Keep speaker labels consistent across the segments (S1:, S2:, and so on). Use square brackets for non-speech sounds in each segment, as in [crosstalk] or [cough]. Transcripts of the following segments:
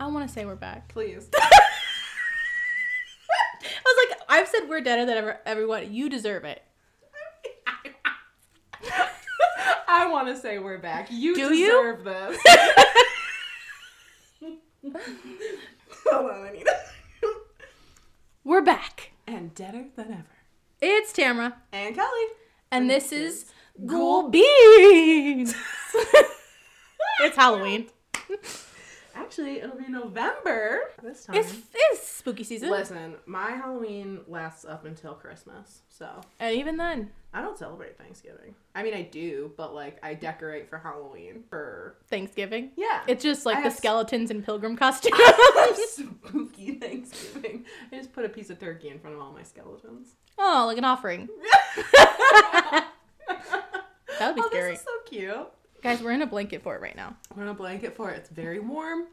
S1: want to say we're back.
S2: Please. [laughs]
S1: I was like, I've said we're deader than ever everyone. You deserve it.
S2: I want to say we're back. You
S1: Do you?
S2: deserve [laughs] this. Hold on, I [laughs] need
S1: We're back.
S2: And deader than ever.
S1: It's Tamara,
S2: And [laughs] Kelly.
S1: and this is
S2: Ghoul
S1: Ghoul Beans. it's Halloween.
S2: Actually, it'll be November this time.
S1: It's it's spooky season,
S2: Listen, my Halloween lasts up until Christmas, so
S1: and even then,
S2: I don't celebrate Thanksgiving. I mean, I do, but like I decorate for Halloween for
S1: Thanksgiving.
S2: yeah.
S1: It's just
S2: I
S1: like the
S2: have s-
S1: skeletons in pilgrim costumes.
S2: spooky Thanksgiving. I just put a piece of turkey in front of all my skeletons.
S1: [laughs] oh, like an offering. That would be
S2: oh,
S1: scary.
S2: This is so cute.
S1: Guys, we're in a blanket fort right now.
S2: We're in a blanket for it. It's very warm.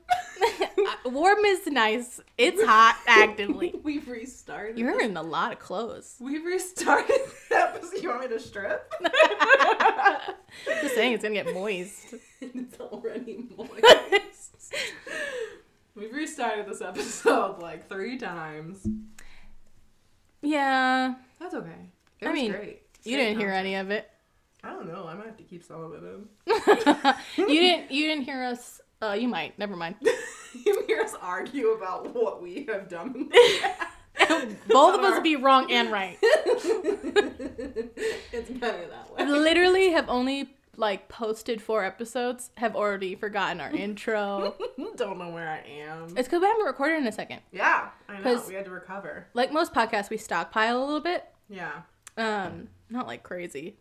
S1: Warm is nice. It's hot actively.
S2: [laughs] We've restarted.
S1: You're
S2: this-
S1: in a lot of clothes.
S2: We've restarted that episode. You want me to strip?
S1: [laughs] Just saying, it's gonna
S2: [laughs]
S1: get moist.
S2: it's already moist. We've restarted this episode like three times.
S1: Yeah,
S2: That's okay. It
S1: I
S2: was
S1: mean,
S2: great.
S1: you
S2: Great
S1: didn't hear
S2: content.
S1: any of it.
S2: I don't know. I might have to keep some of it in.
S1: you didn't. You didn't hear us. Uh, you might.
S2: [laughs]
S1: Never mind.
S2: you hear us argue about what we have done. in
S1: [laughs]
S2: the past.
S1: Both of
S2: Our-
S1: us be wrong and right.
S2: [laughs] it's better that
S1: [laughs] I
S2: way.
S1: literally have only like posted four episodes. Have already forgotten our intro.
S2: [laughs] Don't know where I am.
S1: It's because we haven't recorded in a second.
S2: yeah, I know.
S1: 'Cause-
S2: We had to recover.
S1: Like most podcasts, we stockpile a little bit.
S2: Yeah,
S1: Um, not like crazy.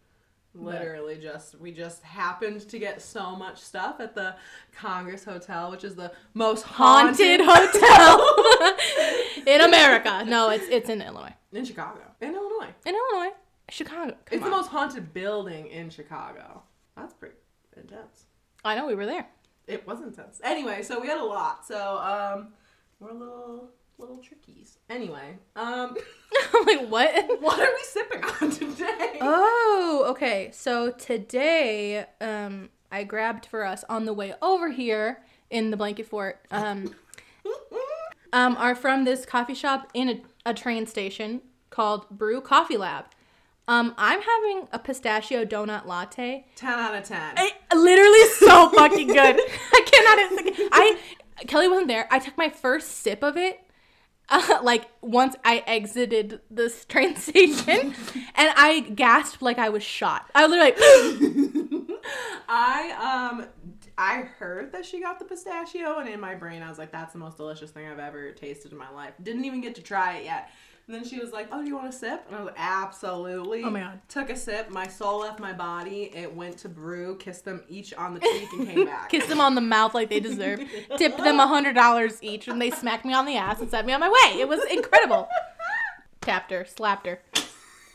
S2: literally just we just happened to get so much stuff at the Congress Hotel, which is the most haunted,
S1: Haunted hotel [laughs] in America. No, it's it's in Illinois.
S2: in Chicago, in Illinois.
S1: In Illinois, Chicago. Come
S2: it's
S1: on.
S2: the most haunted building in Chicago. That's pretty intense.
S1: I know we were there. [laughs]
S2: It was intense. Anyway, so we had a lot. So um, we're a little little trickies. Anyway, um, [laughs]
S1: I'm like, what?
S2: what are we sipping on today? [laughs]
S1: Oh, okay. So today, um, I grabbed for us on the way over here in the blanket fort. Um, um, are from this coffee shop in a, a train station called Brew Coffee Lab. Um, I'm having a pistachio donut latte.
S2: ten out of ten. [laughs]
S1: I, literally [laughs] so fucking good. I cannot. it's like- I Kelly wasn't there. I took my first sip of it. Uh, like once I exited this train [laughs] station, and I gasped like I was shot. I was literally like,
S2: I um I heard that she got the pistachio and in my brain I was like that's the most delicious thing I've ever tasted in my life. Didn't even get to try it yet. And then she was like, "Oh, do you want a sip?" And I was like, "Absolutely."
S1: Oh my God.
S2: Took a sip, my soul left my body. It went to brew, kissed them each on the cheek and
S1: [laughs]
S2: came back.
S1: kissed them on the mouth like they deserve, tipped them a hundred dollars each, and they smacked me on the ass and sent me on my way. It was incredible. Tapped her, slapped her.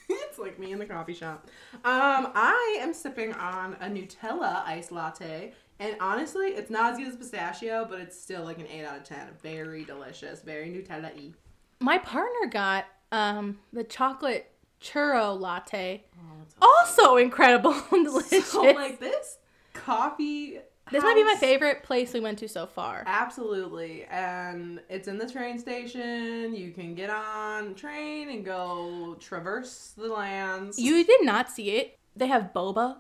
S2: it's like me in the coffee shop. Um, I am sipping on a Nutella iced latte, and honestly, it's not as good as pistachio, but it's still like an eight out of ten. Very delicious, very Nutella-y.
S1: My partner got um the chocolate churro latte,
S2: Oh, it's
S1: also incredible and delicious.
S2: [laughs] So like this coffee.
S1: This might be my
S2: house,
S1: favorite place we went to so far.
S2: Absolutely, and it's in the train station. You can get on train and go traverse the lands.
S1: You did not see it. They have boba.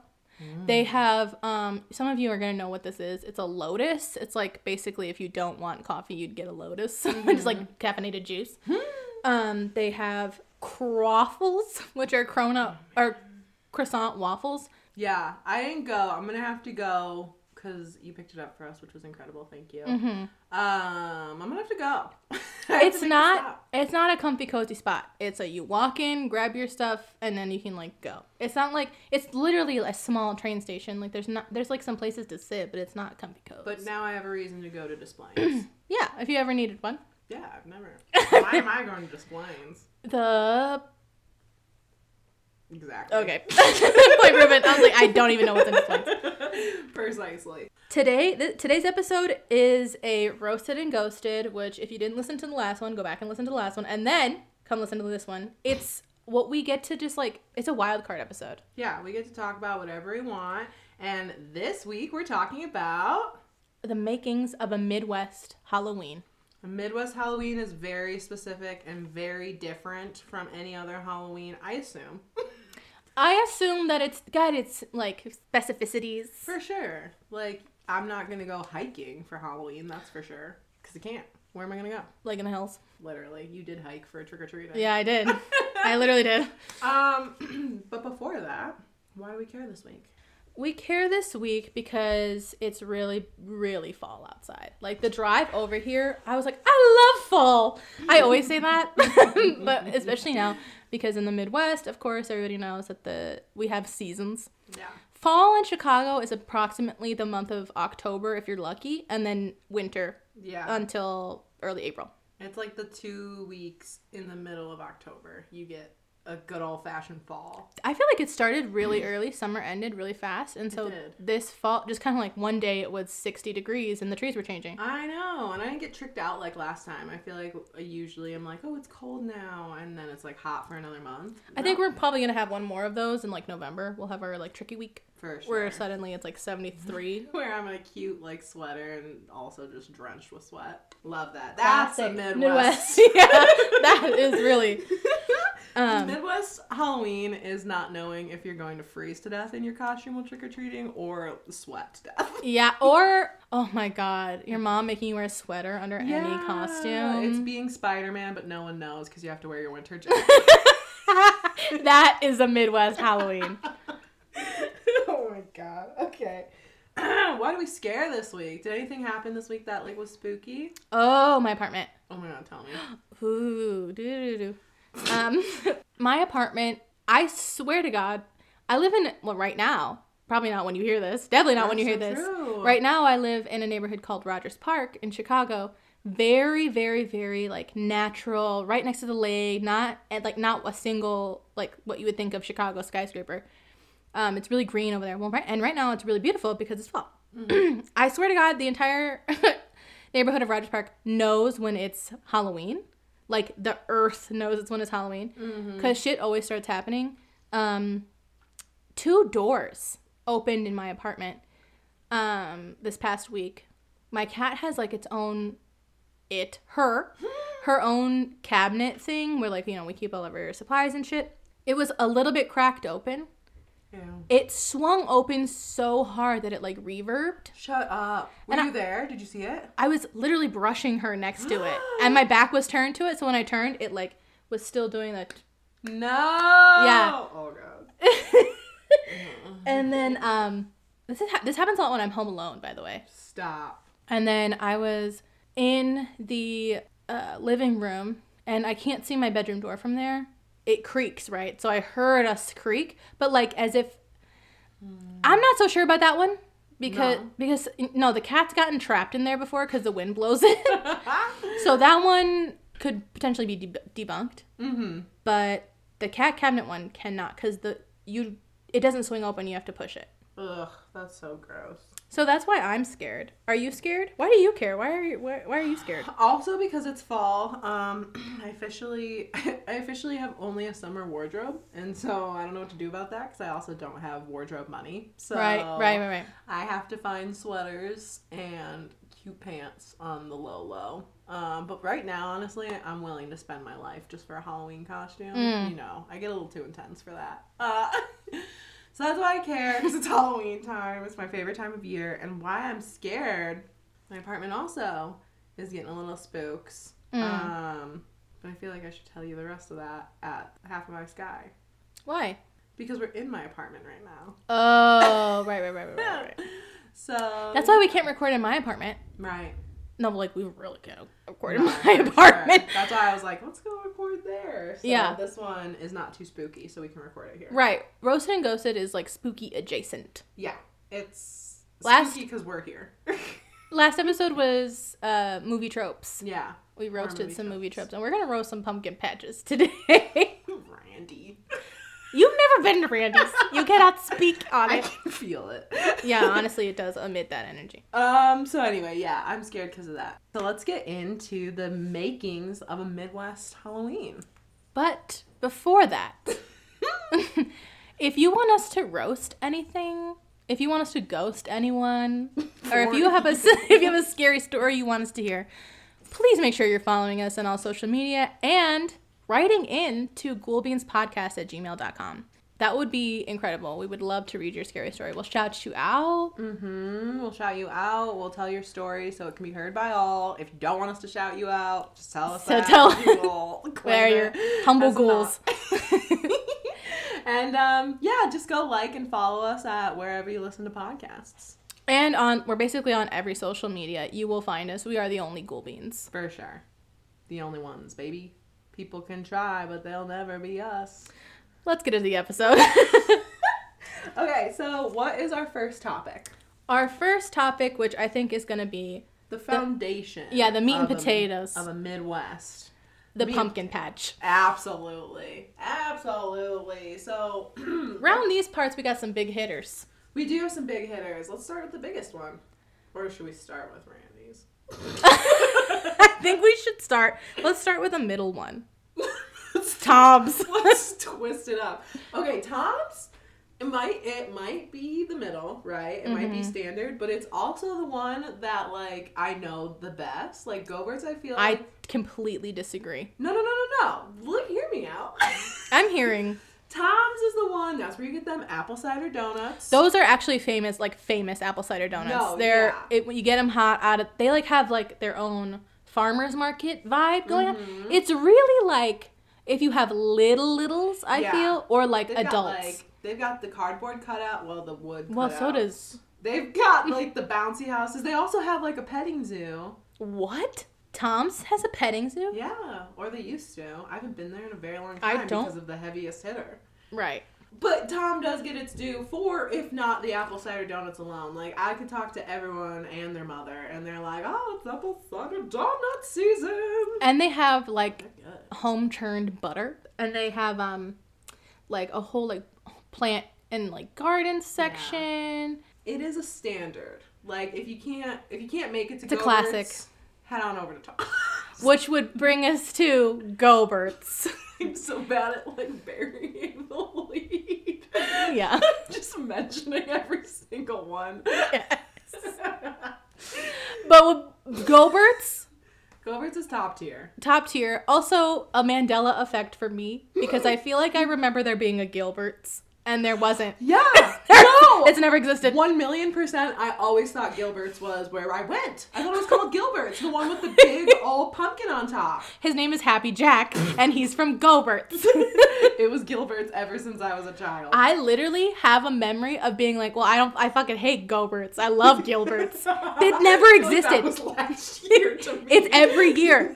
S1: They
S2: Hmm.
S1: have um some of you are going to know what this is. It's a lotus. It's like basically if you don't want coffee, you'd get a lotus. [laughs] Just
S2: Mm-hmm.
S1: like caffeinated juice.
S2: Hmm.
S1: um they have croffles, [laughs] which are crona or croissant waffles.
S2: yeah, I didn't go. I'm gonna have to go because you picked it up for us, which was incredible. Thank you. Um, I'm gonna have to go. [laughs] I have to
S1: Mm-hmm. It's
S2: make a
S1: not
S2: stop.
S1: it's not a comfy cozy spot. It's a you walk in, grab your stuff, and then you can like go. It's not like it's literally a small train station. Like there's not there's like some places to sit, but it's not comfy cozy.
S2: But now I have a reason to go to
S1: [clears throat]
S2: Displays.
S1: yeah, if you ever needed one,
S2: yeah, I've
S1: [laughs]
S2: never. Why am I going to Displays?
S1: the
S2: Exactly.
S1: [laughs] okay point proven. I was like I don't even know what's in this place.
S2: [laughs] Precisely.
S1: Today th- today's episode is a roasted and ghosted. Which if you didn't listen to the last one, go back and listen to the last one, and then come listen to this one. It's what we get to just like it's a wild card episode.
S2: Yeah, we get to talk about whatever we want. And this week we're talking about
S1: the makings of a Midwest Halloween.
S2: A Midwest Halloween is very specific and very different from any other Halloween, I assume.
S1: I assume that it's got its like specificities.
S2: for sure. Like, I'm not gonna go hiking for Halloween, that's for sure. Because I can't. Where am I gonna go?
S1: Like in the hills.
S2: Literally, you did hike for trick or treating.
S1: Yeah, I did. I literally did.
S2: Um, [clears throat] but before that, why do we care this week?
S1: We care this week because it's really, really fall outside. Like the drive over here, I was like, I love fall. I always say that, [laughs] but especially now because in the Midwest, of course, everybody knows that the we have seasons.
S2: Yeah.
S1: Fall in Chicago is approximately the month of October if you're lucky, and then winter
S2: Yeah.
S1: until early April.
S2: It's like the two weeks in the middle of October. You get a good old fashioned fall.
S1: I feel like it started really early. Summer ended really fast, and so
S2: did.
S1: this fall, just kind of like one day, it was sixty degrees and the trees were changing.
S2: I know, and I didn't get tricked out like last time. I feel like I usually I'm like, oh, it's cold now, and then it's like hot for another month.
S1: I think we're probably gonna have one more of those in like November. We'll have our like tricky week
S2: for sure.
S1: where suddenly it's like seventy three.
S2: [laughs] Where I'm in a cute like sweater and also just drenched with sweat. Love that. That's a Midwest.
S1: [laughs] yeah, that
S2: [laughs]
S1: is really. Um,
S2: Midwest Halloween is not knowing if you're going to freeze to death in your costume while trick or treating or sweat to death.
S1: yeah, or oh my god, your mom making you wear a sweater under any
S2: It's
S1: costume.
S2: being Spider Man, but no one knows because you have to wear your winter jacket.
S1: [laughs]
S2: [laughs]
S1: that is a
S2: [laughs]
S1: Midwest Halloween.
S2: oh my god. Okay. [clears throat] Why do we scare this week? Did anything happen this week that like was spooky?
S1: Oh, my apartment.
S2: Oh my god,
S1: [gasps]
S2: tell me.
S1: Ooh, do do do. Um, [laughs] my apartment. I swear to God, I live in well right now. Probably not when you hear this. Definitely not when you hear
S2: That's
S1: this.
S2: so true.
S1: Right now, I live in a neighborhood called Rogers Park in Chicago. Very, very, very like natural. Right next to the lake. Not and like not a single like what you would think of Chicago skyscraper. Um, it's really green over there. Well, right, and right now it's really beautiful because it's fall.
S2: Mm-hmm.
S1: [clears throat] I swear to God, the entire [laughs] neighborhood of Rogers Park knows when it's Halloween. Like the earth knows it's when it's Halloween because shit always starts happening. Um, two doors opened in my apartment um, this past week. My cat has like its own it her her own cabinet thing where like you know we keep all of our supplies and shit. It was a little bit cracked open.
S2: Ew.
S1: It swung open so hard that it like reverbed.
S2: Shut up. Were
S1: And
S2: you there? Did you see it?
S1: I was literally brushing her next to it, and my back was turned to it. So when I turned, it like was still doing that.
S2: No.
S1: Yeah.
S2: Oh god.
S1: and then um, this is ha- this happens a lot when I'm home alone, by the way.
S2: Stop.
S1: And then I was in the uh, living room, and I can't see my bedroom door from there. It creaks, right? So I heard us creak, but like as if I'm not so sure about that one because
S2: No.
S1: because no, the cat's gotten trapped in there before because the wind blows it. So that one could potentially be deb- debunked,
S2: mm-hmm.
S1: but the cat cabinet one cannot because the you it doesn't swing open. You have to push it.
S2: Ugh, that's so gross.
S1: So that's why I'm scared. Are you scared? Why do you care? Why are you why, why are you scared?
S2: Also because it's fall, um, [clears throat] I officially [laughs] I officially have only a summer wardrobe, and so I don't know what to do about that because I also don't have wardrobe money. So
S1: Right, right, right, right.
S2: I have to find sweaters and cute pants on the low low. Um, but right now, honestly, I'm willing to spend my life just for a Halloween costume.
S1: Mm.
S2: You know, I get a little too intense for that. Uh, [laughs] so that's why I care because it's [laughs] Halloween time. It's my favorite time of year, and why I'm scared. My apartment also is getting a little spooks.
S1: Mm.
S2: Um, but I feel like I should tell you the rest of that at half of my sky
S1: Why?
S2: because we're in my apartment right now.
S1: Oh, right, right, right, right, right, right.
S2: [laughs] So
S1: That's why we can't record in my apartment.
S2: right.
S1: No, but, like we really can't record in my [laughs] apartment.
S2: Sure. That's why I was like, let's go record there. So
S1: Yeah.
S2: This one is not too spooky, so we can record it here.
S1: Right. Roasted and ghosted is like spooky adjacent.
S2: Yeah. It's
S1: Last-
S2: spooky because we're here. [laughs]
S1: Last episode was uh movie tropes.
S2: yeah.
S1: We roasted
S2: movie
S1: some movie
S2: tropes.
S1: tropes and we're gonna roast some pumpkin patches today. [laughs]
S2: Randy.
S1: You've never been to Randy's. You cannot speak on
S2: I
S1: it.
S2: can feel it.
S1: Yeah, honestly, it does emit that energy.
S2: Um, so anyway, yeah, I'm scared because of that. So let's get into the makings of a Midwest Halloween.
S1: But [laughs] before that, if you want us to roast anything, if you want us to ghost anyone, or if you have a [laughs] if you have a scary story you want us to hear, please make sure you're following us on all social media and writing in to ghoulbeanspodcast at gmail.com. That would be incredible. We would love to read your scary story. We'll shout you out.
S2: Mm-hmm. We'll shout you out. We'll tell your story so it can be heard by all. If you don't want us to shout you out, just tell us.
S1: So
S2: that.
S1: tell-
S2: We will
S1: [laughs] Where are
S2: claim
S1: your
S2: [laughs] it
S1: humble
S2: as an
S1: ghouls?
S2: [laughs] and um, yeah, just go like and follow us at wherever you listen to podcasts
S1: And on we're basically on every social media. You will find us. We are the only ghoul beans.
S2: for sure. The only ones, baby. People can try, but they'll never be us.
S1: Let's get into the episode. [laughs]
S2: Okay, so what is our first topic?
S1: Our first topic, which I think is going to be
S2: The foundation.
S1: yeah, the meat and
S2: of a-
S1: potatoes.
S2: of a Midwest.
S1: the
S2: meat-
S1: pumpkin patch.
S2: Absolutely. Absolutely. So [clears throat]
S1: Around these parts, we got some big hitters. [laughs]
S2: we do have some big hitters. Let's start with the biggest one. Or should we start with
S1: [laughs]
S2: Randy's?
S1: I think we should start. Let's start with a middle one. Tom's.
S2: [laughs] Let's twist it up. Okay, Tom's. It might it might be the middle, right? It might
S1: Mm-hmm.
S2: be standard, but it's also the one that like I know the best. Like Gobert's, I feel.
S1: I
S2: like-
S1: completely disagree.
S2: no no no no no. Look, hear me
S1: [laughs]
S2: out.
S1: I'm hearing
S2: Tom's is the one. That's where you get them apple cider donuts.
S1: those are actually famous, like famous apple cider donuts.
S2: No,
S1: They're
S2: yeah.
S1: it, when you get them hot out of. They like have like their own farmers market vibe going
S2: Mm-hmm.
S1: on. It's really like if you have little littles, I
S2: Yeah.
S1: feel, or like
S2: They've
S1: adults.
S2: Got, like, they've got the cardboard cutout, well, the wood.
S1: well,
S2: cutouts.
S1: so does
S2: They've got like the bouncy houses. They also have like a petting zoo.
S1: what? Tom's has a petting zoo.
S2: Yeah, or they used to. I haven't been there in a very long
S1: I
S2: time
S1: don't-
S2: because of the heaviest hitter.
S1: Right.
S2: But Tom does get its due for, if not the apple cider donuts alone. Like I could talk to everyone and their mother, and they're like, "Oh, it's apple cider donut season."
S1: And they have like
S2: They're good.
S1: home churned butter and they have um like a whole like plant and like garden section
S2: It is a standard. Like if you can't if you can't make it to
S1: It's a
S2: Gobert's,
S1: classic.
S2: Head on over to Tom. [laughs]
S1: which would bring us to gobert's
S2: I'm so bad at like burying the lead. [laughs]
S1: Yeah.
S2: Just mentioning every single one. [laughs]
S1: but with gobert's
S2: Gobert's is top tier.
S1: top tier also a mandela effect for me because i feel like i remember there being a gilbert's and there wasn't
S2: Yeah. [laughs]
S1: [laughs] it's never existed
S2: One million percent. I always thought Gilbert's was where I went. I
S1: [laughs]
S2: thought it was called Gilbert's, the one with the big old pumpkin on top.
S1: his name is happy jack and he's from gobert's
S2: it was Gilbert's ever since I was a child.
S1: I literally have a memory of being like, well, I don't, I fucking hate Goberts. I love
S2: [laughs]
S1: Gilberts. it never
S2: Like,
S1: existed.
S2: that was last year
S1: [laughs]
S2: to me.
S1: It's every
S2: [laughs]
S1: year.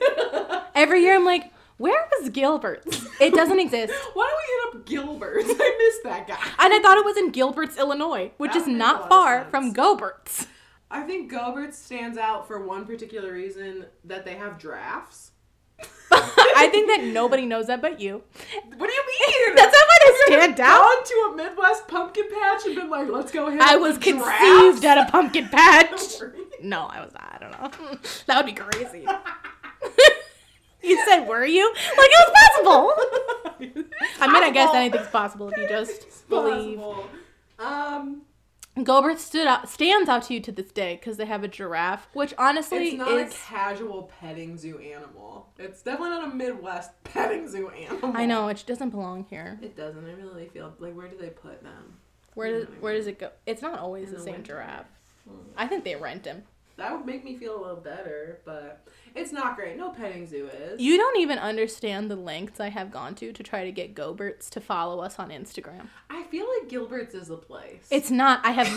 S1: Every year I'm like, where was Gilberts?
S2: [laughs]
S1: It doesn't exist.
S2: Why do we hit up Gilbert's? [laughs] I miss that guy.
S1: And I thought it was in Gilberts, Illinois, which
S2: That
S1: is
S2: makes a lot
S1: not
S2: of
S1: far
S2: sense.
S1: from Goberts.
S2: I think Gobert stands out for one particular reason that they have drafts.
S1: [laughs] I think that nobody knows that but you.
S2: What do you mean?
S1: [laughs] That's not why they stand out.
S2: Gone to a Midwest pumpkin patch and been like, let's go hit
S1: I
S2: up
S1: was
S2: the [laughs]
S1: conceived
S2: drafts."
S1: at a pumpkin patch.
S2: [laughs] Were you?
S1: No, I was not. I don't
S2: [laughs]
S1: know. That would be crazy. [laughs] you said, were you? Like it was possible. I mean, I guess
S2: Possible.
S1: anything's possible if you
S2: It's
S1: just believe.
S2: possible. Um,
S1: Gobert stood out, stands out to you to this day because they have a giraffe, which honestly
S2: it's not
S1: is.
S2: a casual petting zoo animal. It's definitely not a Midwest [laughs] petting zoo animal.
S1: I know it doesn't belong here.
S2: It doesn't. I really feel like where do they put them?
S1: Where
S2: You
S1: does
S2: know what I
S1: where does it go? It's not always
S2: In
S1: the,
S2: the Hmm.
S1: same
S2: winter.
S1: giraffe. I think they rent him.
S2: That would make me feel a little better, but it's not great. No petting zoo is.
S1: You don't even understand the lengths I have gone to to try to get Goberts to follow us on Instagram.
S2: I feel like Gilbert's is a place.
S1: It's not. I have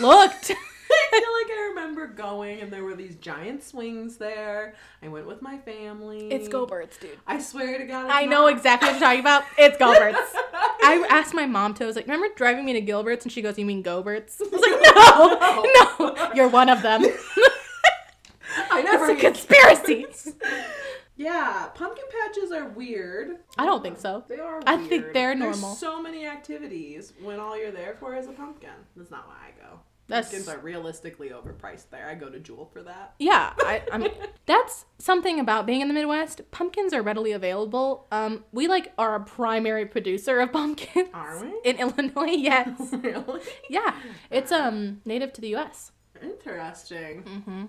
S2: [laughs]
S1: looked. [laughs]
S2: I feel like I remember going and there were these giant swings there. I went with my family.
S1: it's Goberts, dude.
S2: I swear to God. it's
S1: I know
S2: not-
S1: exactly what you're
S2: [laughs]
S1: talking about. It's Goberts. I asked my mom to. I was like, "Remember driving me to Gilbert's?" And she goes, "You mean Goberts?" I was
S2: [laughs]
S1: like, "No, no, you're one of them.
S2: I
S1: That's
S2: never. [laughs]
S1: a conspiracy."
S2: yeah, pumpkin patches are weird.
S1: I don't think so.
S2: They are.
S1: I think
S2: weird.
S1: they're
S2: There's
S1: normal.
S2: so many activities when all you're there for is a pumpkin. That's not why I go.
S1: That's
S2: Pumpkins are realistically overpriced there. I go to Jewel for that. [laughs]
S1: yeah. I, I mean, that's something about being in the Midwest. Pumpkins are readily available. Um, we like are a primary producer of pumpkins.
S2: Are we?
S1: [laughs] in Illinois? Yes.
S2: really?
S1: yeah, it's um native to the U.S.
S2: Interesting.
S1: Mm-hmm.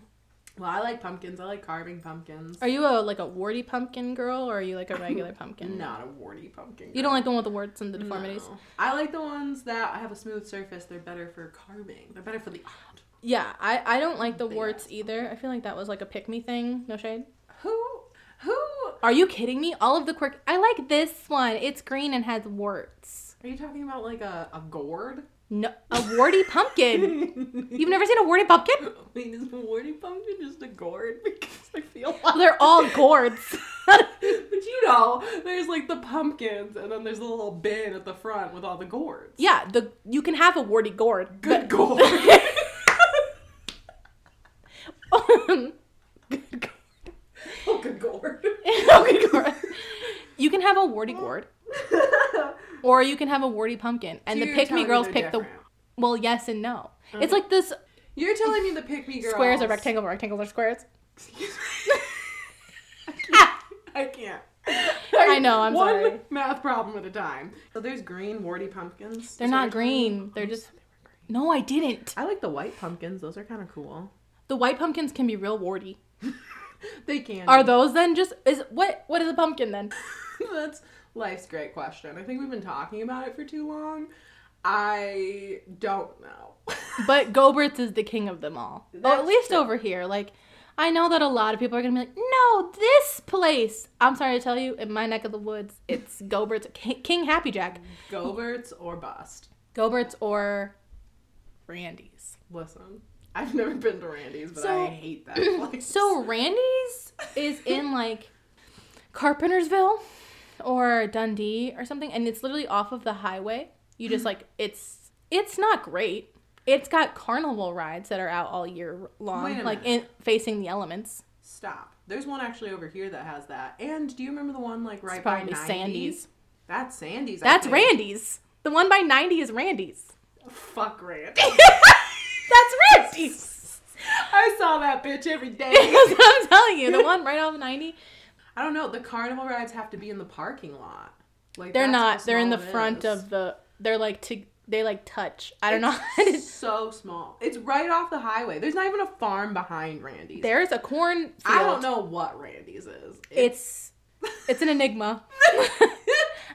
S2: Well, I like pumpkins. I like carving pumpkins.
S1: Are you a like a warty pumpkin girl, or are you like a regular pumpkin?
S2: Not a warty pumpkin.
S1: You don't like the one with the warts and the
S2: girl.
S1: deformities.
S2: No. I like the ones that have a smooth surface. They're better for carving. They're better for the art.
S1: Yeah, I, I don't like the
S2: Big
S1: warts
S2: ass.
S1: either. I feel like that was like a pick me thing. No shade.
S2: Who? Who?
S1: Are you kidding me? All of the quirk. I like this one. It's green and has warts.
S2: Are you talking about like a, a [laughs] gourd?
S1: No, a
S2: [laughs]
S1: warty pumpkin. You've never seen a warty pumpkin?
S2: I mean, is a warty pumpkin just a gourd? [laughs] Because I feel
S1: Well,
S2: like
S1: they're all gourds. [laughs]
S2: but you know, there's like the pumpkins, and then there's a little bin at the front with all the gourds.
S1: yeah, the you can have a warty gourd. [laughs]
S2: Good gourd.
S1: Good gourd.
S2: oh, good gourd.
S1: Okay, gourd. You can have a warty gourd, or you can have a warty pumpkin. [laughs] And the pick me Uh-huh. girls pick the Well, yes and no. It's like this
S2: the. You're telling me the pick me girls.
S1: [laughs] squares are rectangle, rectangles are squares.
S2: Excuse
S1: [laughs]
S2: me. [laughs] I can't. I
S1: know, I'm
S2: One
S1: sorry.
S2: math problem at a time. So there's green warty pumpkins.
S1: They're
S2: Is
S1: not
S2: that what you're
S1: green.
S2: calling them?
S1: They're
S2: Oh, you
S1: just-
S2: said they were green.
S1: No, I didn't.
S2: I like the white pumpkins. Those are kind of cool.
S1: The white pumpkins can be real warty.
S2: They can.
S1: Are those then just is what what is a pumpkin then?
S2: That's life's great question. I think we've been talking about it for too long. I don't know. [laughs]
S1: But Gobert's is the king of them all. Or at
S2: That's
S1: least
S2: true.
S1: over here. Like I know that a lot of people are gonna be like, no, this place. I'm sorry to tell you, in my neck of the woods, it's Gobert's Ki- King Happy Jack,
S2: Goberts or bust.
S1: Gobert's or Randy's.
S2: Listen, I've never been to Randy's, but
S1: So-
S2: I hate that place.
S1: So Randy's is in like Carpentersville or Dundee or something, and it's literally off of the highway. You just like it's it's not great. It's got carnival rides that are out all year
S2: Wait
S1: long,
S2: a
S1: like in
S2: minute.
S1: facing the elements.
S2: stop. There's one actually over here that has that. And do you remember the one like right
S1: It's
S2: by
S1: probably
S2: 90s?
S1: Sandy's.
S2: That's Sandy's. I
S1: That's
S2: think.
S1: Randy's. The one by ninety
S2: [laughs]
S1: is Randy's.
S2: Fuck Randy. [laughs]
S1: That's Randy's.
S2: I saw that bitch every
S1: [laughs]
S2: day.
S1: That's what I'm telling you. The one right off ninety.
S2: I don't know. The carnival rides have to be in the parking lot. Like
S1: They're
S2: that's how
S1: not. They're in the
S2: small it
S1: front
S2: is.
S1: of the. They're like to. They like touch. I don't know. how to- [laughs]
S2: It's so small. It's right off the highway. There's not even a farm behind Randy's.
S1: There's a corn.
S2: I don't know what Randy's is.
S1: It's it's
S2: [laughs]
S1: an enigma.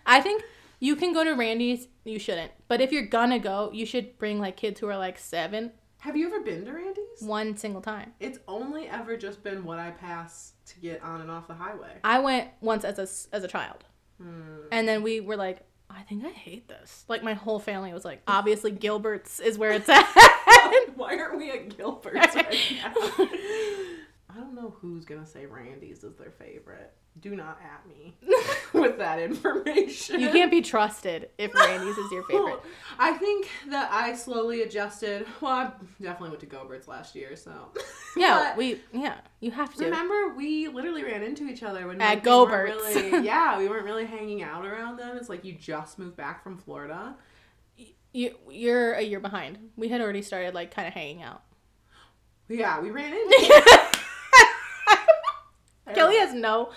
S1: I think you can go to Randy's. You shouldn't, but if you're gonna go, you should bring like kids who are like seven
S2: Have you ever been to Randy's?
S1: one single time.
S2: It's only ever just been what I pass to get on and off the
S1: [laughs]
S2: highway. [laughs]
S1: I went once as a s- as a child,
S2: Hmm.
S1: and then we were like, I think I hate this. Like my whole family was like, obviously Gilbert's is where it's at. [laughs]
S2: Why aren't we at Gilbert's right now? I don't know who's gonna say Randy's is their favorite. Do not at me [laughs] with that information.
S1: you can't be trusted if Randy's is your favorite.
S2: [laughs] I think that I slowly adjusted. Well, I definitely went to Gobert's last year, so [laughs]
S1: Yeah,
S2: But-
S1: we yeah, you have to.
S2: Remember, we literally ran into each other when
S1: At
S2: like, we weren't
S1: Gobert's. [laughs]
S2: Really, yeah, we weren't really hanging out around then. It's like you just moved back from Florida.
S1: You you're a year behind. We had already started like kind of hanging out.
S2: Yeah, we ran into.
S1: [laughs] Kelly has no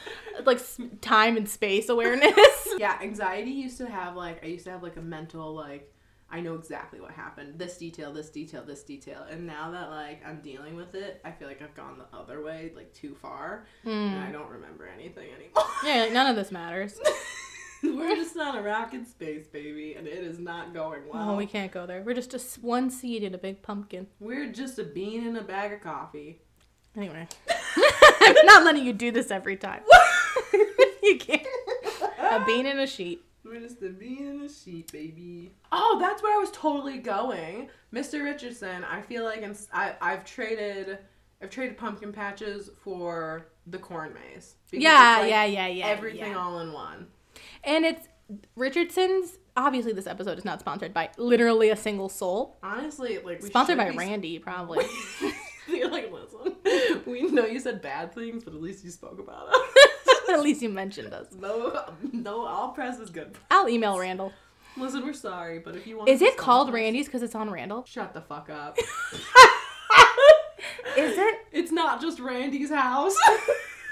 S1: like s- time and space awareness.
S2: [laughs]
S1: [laughs]
S2: Yeah, anxiety used to have like I used to have like a mental like I know exactly what happened. This detail, this detail, this detail. And now that like I'm dealing with it, I feel like I've gone the other way, like too far, and I don't remember anything anymore.
S1: Hmm. yeah, like, none of this matters.
S2: [laughs] We're just on a rocket space, baby, and it is not going well.
S1: Oh, we can't go there. We're just just one seed in a big pumpkin.
S2: We're just a bean in a bag of coffee.
S1: Anyway, I'm [laughs] not letting you do this every time. [laughs] you can't. A bean in a sheet.
S2: We're just a bean in a sheet, baby. Oh, that's where I was totally going, Mr. Richardson. I feel like in, I I've traded I've traded pumpkin patches for the corn maze. Because
S1: Yeah,
S2: it's like
S1: yeah, yeah, yeah.
S2: Everything
S1: yeah.
S2: all in one.
S1: And it's Richardson's. Obviously, this episode is not sponsored by literally a single soul.
S2: Honestly, like we
S1: Sponsored
S2: should
S1: by
S2: be-
S1: Randy, probably.
S2: [laughs] You're like, listen, we know you said bad things, but at least you spoke about us.
S1: [laughs] At least you mentioned us.
S2: no, no, all press is good.
S1: I'll email Randall.
S2: Listen, we're sorry, but if you want,
S1: Is it called Randy's because it's
S2: [laughs]
S1: on Randall?
S2: Shut the fuck
S1: [laughs]
S2: up.
S1: Is it
S2: It's not just Randy's
S1: [laughs]
S2: house.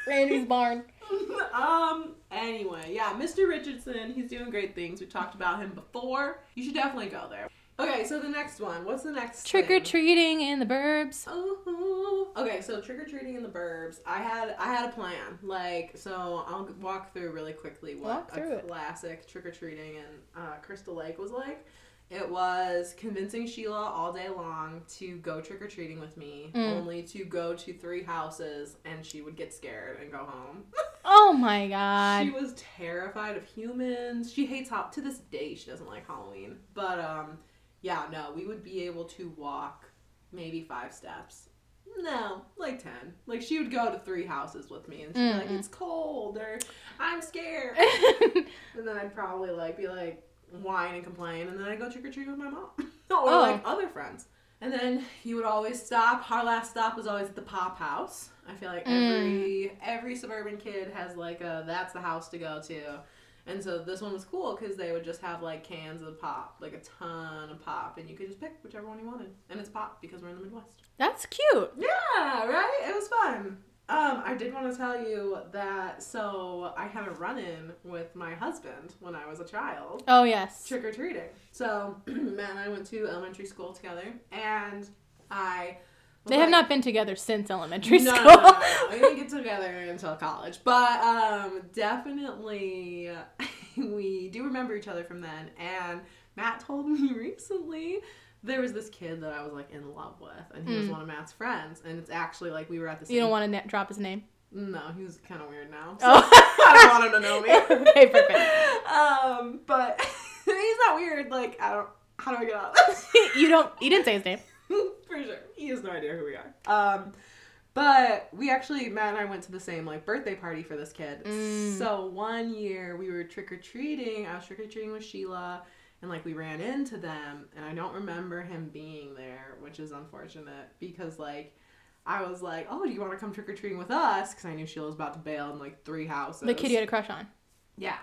S1: Randy's barn?
S2: [laughs] um. Anyway, yeah, Mr. Richardson, he's doing great things. We talked about him before. You should definitely go there. Okay, so the next one. What's the next?
S1: Trick or
S2: thing?
S1: treating in the burbs.
S2: Oh. Okay, so trick or treating in the burbs. I had I had a plan. Like, so I'll walk through really quickly what
S1: Walk through
S2: a
S1: it.
S2: classic trick or treating in uh, Crystal Lake was like. It was convincing Sheila all day long to go trick or treating with me,
S1: Mm.
S2: only to go to three houses, and she would get scared and go home.
S1: Oh my
S2: She
S1: god.
S2: was terrified of humans. She hates Halloween. To this day, she doesn't like Halloween. But um, yeah, no, we would be able to walk maybe five steps. No, like ten. Like she would go to three houses with me, and she'd be like, "It's cold," or "I'm scared," and then I'd probably like be like whine and complain, and then I'd go trick or treat with my mom [laughs] or like other friends. And then you would always stop. Our last stop was always at the pop house. I feel like every every suburban kid has like a that's the house to go to. And so this one was cool because they would just have like cans of pop, like a ton of pop, and you could just pick whichever one you wanted. And it's pop because we're in the Midwest.
S1: [laughs] That's cute.
S2: Yeah, right? It was fun. Um, I did want to tell you that so I had a run in with my husband when I was a child
S1: Oh yes.
S2: trick or treating. So [clears throat] Matt and I went to elementary school together, and I. was
S1: They have
S2: like-
S1: not been together since elementary
S2: no,
S1: school.
S2: No, no, no, no. We didn't get together until college, but um, definitely [laughs] we do remember each other from then. And Matt told [laughs] me recently there was this kid that I was like in love with, and he was one of Matt's friends. And it's actually like we were at the same.
S1: [laughs] Mm. You don't want to na- drop his name.
S2: No, he was kind of weird now. So [laughs]
S1: Oh.
S2: I don't want him to know me
S1: [laughs] okay, perfect.
S2: [laughs] um, but [laughs] he's not weird. Like I don't. How do I get out of
S1: [laughs]
S2: this?
S1: You don't. You didn't say his name.
S2: [laughs] For sure, he has no idea who we are. Um, but we actually Matt and I went to the same like birthday party for this kid. So one year we were trick or treating. I was trick or treating with Sheila. And like we ran into them, and I don't remember him being there, which is unfortunate because like I was like, "Oh, do you want to come trick or treating with us?" Because I knew Sheila was about to bail in like three houses.
S1: The kid you had a crush on.
S2: Yeah.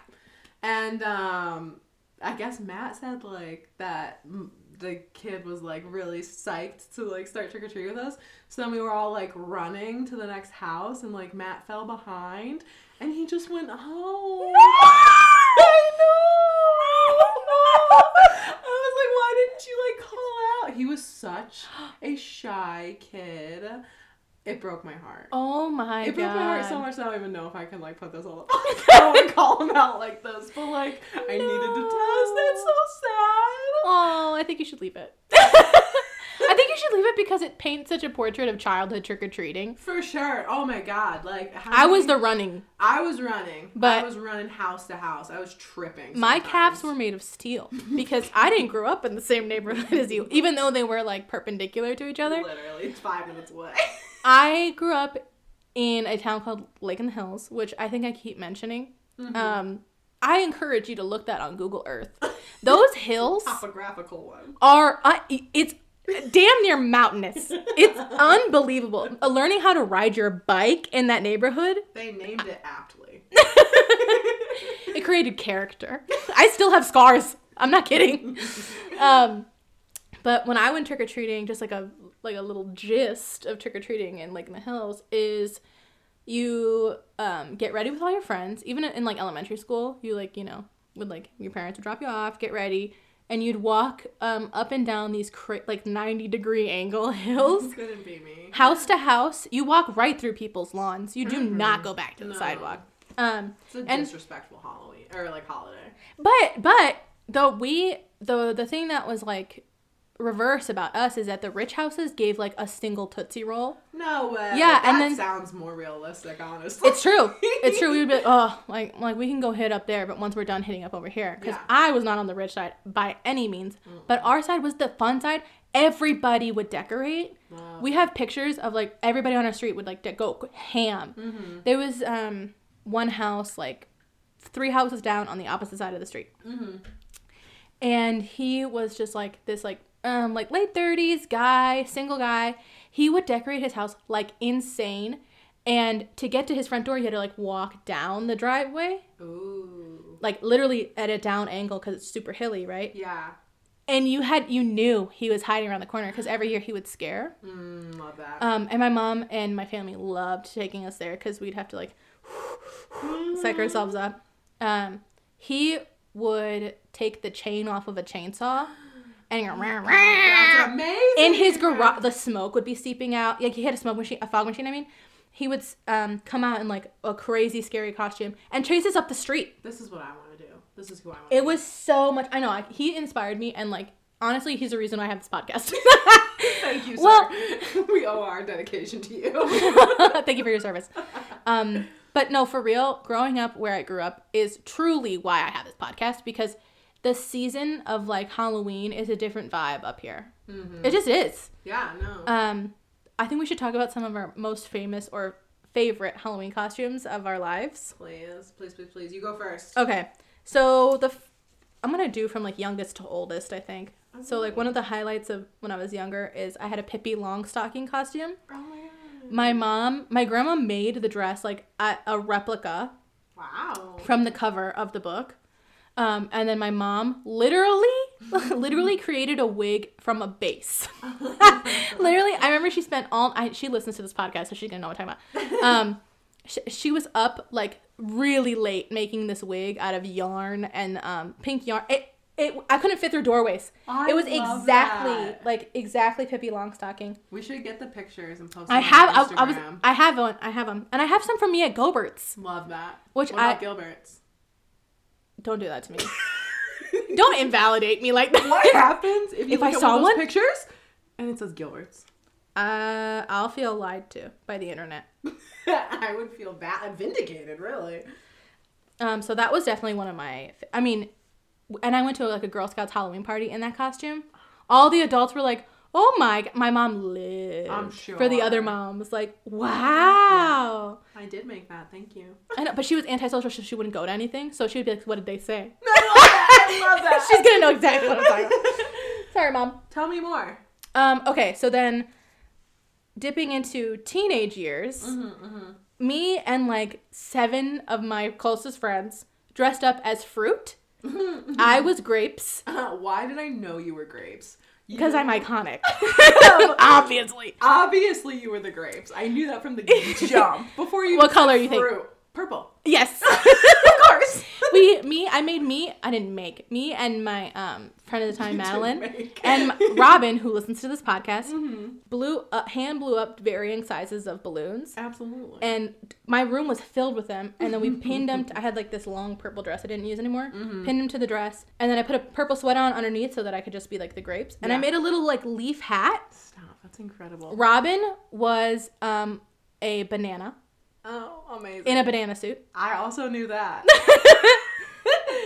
S2: And um I guess Matt said like that m- the kid was like really psyched to like start trick or treat with us. So then we were all like running to the next house and like Matt fell behind and he just went home. [laughs] I know. I was like, why didn't you like call out? He was such a shy kid. It broke my heart.
S1: Oh my
S2: It
S1: god.
S2: broke my heart so much that I don't even know if I can like put this
S1: [laughs]
S2: all [laughs] up on and call him out like this. But like I needed to test. That's so sad.
S1: Oh, I think you should
S2: [laughs]
S1: leave it. I think you should leave it because it paints such a portrait of childhood trick or treating.
S2: For sure. Oh my god. Like how
S1: I was
S2: many-
S1: the running.
S2: I was running. But I
S1: But-
S2: was running house to house. I was tripping.
S1: My
S2: sometimes. [laughs]
S1: calves were made of steel because I didn't grow up in the same neighborhood [laughs] as you, even though they were like perpendicular to each other.
S2: literally five minutes away.
S1: [laughs] I grew up in a town called Lake in the Hills, which I think I keep mentioning. Um, I encourage you to look that on Google Earth. [laughs] Those hills
S2: Topographical one.
S1: are uh, it's damn near mountainous. It's unbelievable. Uh, Learning how to ride your bike in that neighborhood,
S2: They named it
S1: [laughs]
S2: aptly.
S1: it created character. I still have scars. I'm not kidding. Um, but when I went trick or treating, just like a like a little gist of trick or treating in Lake in the Hills is you um, get ready with all your friends. Even in like elementary school, you like you know would like your parents would drop you off, get ready, and you'd walk um, up and down these cra- like ninety degree angle [laughs] hills.
S2: Couldn't be me.
S1: House to house, you walk right through people's lawns. You do not go back to the
S2: No.
S1: sidewalk. Um,
S2: It's a
S1: And-
S2: disrespectful Halloween or like holiday.
S1: but but the we the the thing that was like reverse about us is that the rich houses gave like a single tootsie roll.
S2: No way.
S1: Yeah,
S2: that
S1: and then-
S2: sounds more realistic, honestly.
S1: It's true. it's true. We would be like, oh, like like we can go hit up there, but once we're done hitting up over here, because
S2: Yeah.
S1: I was not on the rich side by any means, but our side was the fun side. Everybody would decorate.
S2: Wow.
S1: We have pictures of like everybody on our street would like de- go ham.
S2: Mm-hmm.
S1: There was um one house like three houses down on the opposite side of the street.
S2: Mm-hmm.
S1: and he was just like this like um like late 30s guy single guy he would decorate his house like insane and to get to his front door he had to like walk down the driveway
S2: Ooh.
S1: like literally at a down angle because it's super hilly, right?
S2: Yeah.
S1: And you had you knew he was hiding around the corner because every year he would scare.
S2: Mm, love that.
S1: Um, and my mom and my family loved taking us there because we'd have to like [sighs] psych ourselves up. Um, he would take the chain off of a chainsaw and
S2: That's amazing.
S1: in his garage the smoke would be seeping out like he had a smoke machine a fog machine i mean he would um, come out in like a crazy scary costume and chase us up the street
S2: This is what I want to do. This is who I want.
S1: it was so much i know I, he inspired me and like honestly he's the reason why i have this podcast [laughs]
S2: Thank you, sir. [laughs]
S1: Well-
S2: we owe our dedication to you.
S1: [laughs] thank you for your service um, but no for real growing up where i grew up is truly why i have this podcast because the season of like halloween is a different vibe up here it just is
S2: yeah, no.
S1: Um, I think we should talk about some of our most famous or favorite Halloween costumes of our lives.
S2: please, please, please, please. You go first.
S1: Okay, so the f- I'm gonna do from like youngest to oldest. I think. So like one of the highlights of when I was younger is I had a Pippi Longstocking costume.
S2: Oh my god.
S1: My mom, my grandma made the dress like a, a replica
S2: Wow.
S1: from the cover of the book. Um, and then my mom literally, [laughs] literally created a wig from a base. [laughs] literally, I remember she spent all. I, she listens to this podcast, so she's gonna know what I'm talking about. Um, she, she was up like really late making this wig out of yarn and um, pink yarn. It, it, I couldn't fit through doorways.
S2: I
S1: it was
S2: love
S1: exactly
S2: that.
S1: like exactly Pippi Longstocking.
S2: We should get the pictures and post.
S1: I
S2: them
S1: have.
S2: On
S1: I, I was.
S2: Instagram.
S1: I have one. I have them, and I have some from me at Gobert's.
S2: Love that.
S1: Which
S2: what about
S1: I- [laughs]
S2: Gilbert's.
S1: Don't do that to me. Don't invalidate me like that.
S2: What happens if you
S1: If
S2: look
S1: I
S2: at
S1: saw
S2: one, of those
S1: one?
S2: pictures and it says Gilbert's?
S1: Uh, I'll feel lied to by the internet.
S2: [laughs] I would feel bad, vindicated, really.
S1: Um, so that was definitely one of my. I mean, and I went to like a Girl Scouts Halloween party in that costume. All the adults were like, "Oh my!" g-" My mom lived
S2: I'm
S1: for the
S2: sure.
S1: other moms. Like, wow.
S2: I did make that. Thank [laughs] you.
S1: I know, but she was antisocial, so she wouldn't go to anything. So she would be like, "What did they say?"
S2: I love [laughs] that.
S1: She's gonna know exactly what I'm talking
S2: [laughs]
S1: about. Sorry, mom.
S2: Tell me more.
S1: Um, okay, so then dipping into teenage years,
S2: Mm-hmm,
S1: me and like seven of my closest friends dressed up as fruit.
S2: mm-hmm. [laughs]
S1: I was grapes
S2: Uh, [laughs] why did I know you were grapes? You-
S1: because
S2: [laughs]
S1: I'm iconic. [laughs] Obviously.
S2: obviously you were the grapes. I knew that
S1: [laughs]
S2: from the jump. Before you,
S1: What
S2: even
S1: color
S2: said
S1: you think?
S2: fruit. Purple.
S1: [laughs]
S2: [laughs]
S1: Yes.
S2: Of course. [laughs]
S1: we me I made me I didn't make me and my um friend at the
S2: [laughs]
S1: time
S2: You didn't
S1: Madeline
S2: make. Mm-hmm. [laughs]
S1: and Robin who listens to this podcast blew uh, hand blew up varying sizes of balloons
S2: Absolutely.
S1: and my room was filled with them and then we pinned them to, i had like this long purple dress i didn't use anymore pinned them to the dress and then i put a purple sweat on underneath so that i could just be like the grapes and i
S2: Yeah.
S1: made a little like leaf hat
S2: Stop. That's incredible.
S1: robin was um a banana
S2: Oh, amazing.
S1: in a banana suit
S2: I also knew
S1: [laughs]
S2: that.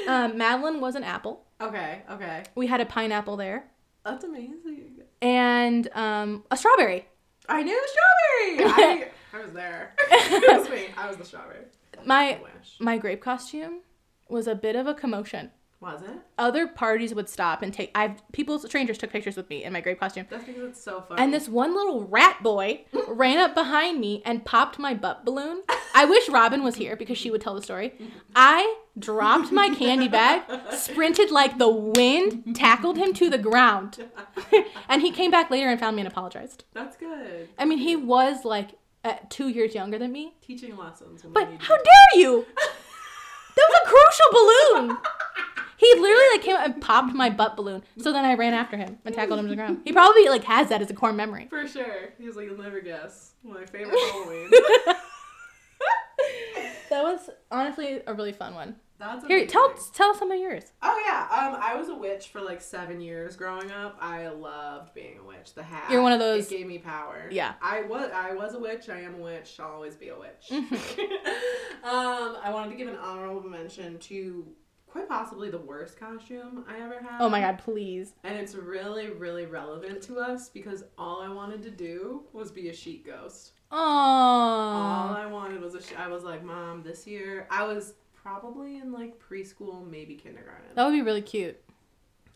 S1: um, madeline was an apple
S2: okay, okay.
S1: we had a pineapple there
S2: That's amazing.
S1: and um, a strawberry
S2: I knew the
S1: [laughs]
S2: strawberry. I, I was there. [laughs] it was me. I was the strawberry.
S1: my
S2: I wish.
S1: my grape costume was a bit of a commotion
S2: Was it?
S1: other parties would stop and take i've people strangers took pictures with me in my grape costume
S2: That's because it's so funny.
S1: And this one little rat boy ran up behind me and popped my butt balloon. I wish Robin was here because she would tell the story. I dropped my candy bag, sprinted like the wind, tackled him to the ground. [laughs] and he came back later and found me and apologized.
S2: That's good.
S1: I mean, he was like uh, two years younger than me.
S2: Teaching lessons. When
S1: But
S2: we need
S1: how
S2: to-
S1: dare you? That was a crucial balloon. He literally like came up and popped my butt balloon. So then I ran after him and tackled him to the ground. He probably like has that as a core memory.
S2: For sure. He was like, you'll never guess. My
S1: [laughs]
S2: favorite Halloween.
S1: That was honestly a really fun one.
S2: That's
S1: Here, tell
S2: amazing.
S1: tell some of yours.
S2: Oh yeah, um, I was a witch for like seven years growing up. I loved being a witch. The hat.
S1: You're one of those-
S2: It gave me power.
S1: Yeah.
S2: I was. I was a witch. I am a witch. I'll always be a witch. [laughs]
S1: Mm-hmm.
S2: um, I wanted to give an honorable mention to quite possibly the worst costume I ever had.
S1: Oh my god, please.
S2: And it's really, really relevant to us because all I wanted to do was be a sheet ghost. All
S1: Oh.
S2: I wanted was a. She- I was like, Mom, this year I was probably in like preschool, maybe kindergarten.
S1: That would be really cute.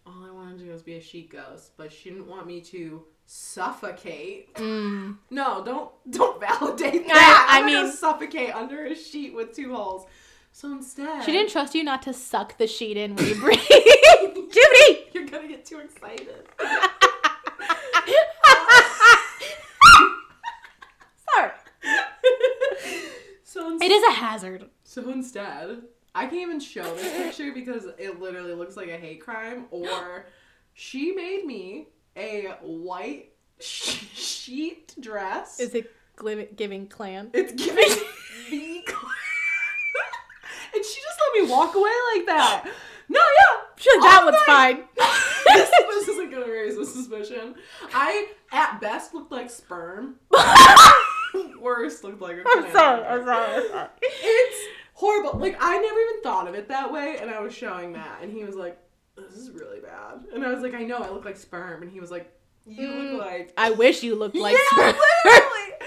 S2: All I wanted to do was be a sheet ghost, but she didn't want me to suffocate.
S1: Mm.
S2: No, don't [laughs] don't validate that.
S1: I
S2: I'm not gonna
S1: mean-
S2: suffocate under a sheet with two holes. So instead,
S1: She didn't trust you not to suck the sheet in [laughs] when you breathe. Judy!
S2: [laughs]
S1: [laughs]
S2: You're gonna get too excited. [laughs]
S1: Sorry.
S2: so instead,
S1: It is a hazard.
S2: so instead, I can't even show
S1: [laughs]
S2: this picture because it literally looks like a hate crime. Or she made me a white [laughs] sh- sheet dress.
S1: Is it glim- giving [laughs] clan?
S2: It's giving me. [laughs] and she just let me walk away like that. No, yeah.
S1: Sure, that one's
S2: Alright.
S1: fine.
S2: [laughs]
S1: [laughs]
S2: This, this isn't gonna raise a suspicion. I, at best, looked like sperm. [laughs] Worst, looked like a clam.
S1: sorry, I'm sorry.
S2: It's horrible. Like, I never even thought of it that way, and I was showing Matt, and he was like, this is really bad. And I was like, I know, I look like sperm. And he was like, you
S1: Mm.
S2: look [laughs] like.
S1: I wish you looked like
S2: yeah,
S1: sperm.
S2: literally. [laughs]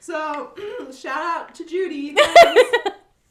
S2: So, [clears throat] shout out to Judy.
S1: [laughs]
S2: guys.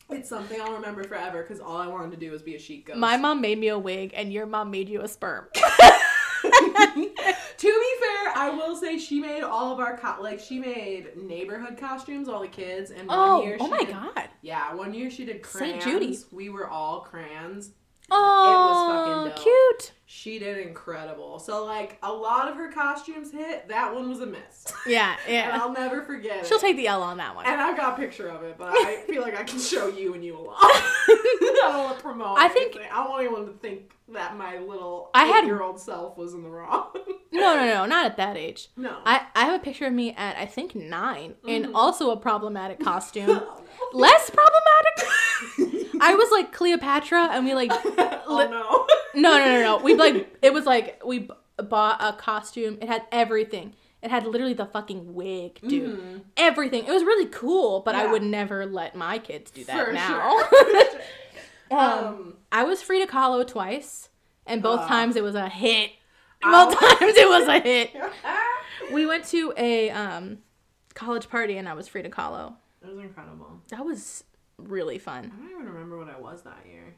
S2: It's something I'll remember forever because all I wanted to do was be a sheet ghost.
S1: My mom made me a wig, and your mom made you a sperm.
S2: to be fair, I will say she made all of our co- like she made neighborhood costumes, all the kids, and one
S1: [laughs] Oh,
S2: year
S1: oh
S2: she
S1: my
S2: did,
S1: god.
S2: yeah, one year she did
S1: Saint
S2: crayons.
S1: Judy.
S2: We were all crayons.
S1: Oh,
S2: fucking dope.
S1: cute.
S2: She did incredible. So like a lot of her costumes hit. That one was a miss,
S1: Yeah,
S2: and
S1: yeah.
S2: I'll never forget
S1: She'll
S2: it.
S1: take the L on that one. [laughs]
S2: and I've got a picture of it, but I feel like I can show you and you alone. [laughs] I don't want to promote.
S1: I think-
S2: anything. I don't want anyone to think that my little
S1: I had-
S2: eight-year-old self was in the wrong.
S1: [laughs] No, no, no, not at that age.
S2: no.
S1: I, I have a picture of me at I think 9 in
S2: Mhm.
S1: also a problematic costume. [laughs]
S2: Oh, no.
S1: Less problematic. [laughs] I was like Cleopatra, and we like
S2: [laughs] oh no.
S1: no no no no. We like it was like we b- bought a costume. It had everything. It had literally the fucking wig, dude.
S2: Mhm.
S1: Everything. It was really cool, but I
S2: Yeah.
S1: would never let my kids do [laughs] that
S2: For
S1: now. [laughs]
S2: sure. [laughs]
S1: um,
S2: um,
S1: I was Frida Kahlo twice, and both
S2: Ugh.
S1: times it was a hit.
S2: Ow.
S1: Both [laughs] times it was a
S2: [laughs]
S1: hit. We went to a um, college party, and I was Frida Kahlo.
S2: it was incredible.
S1: That was really fun.
S2: I don't even remember what I was that year.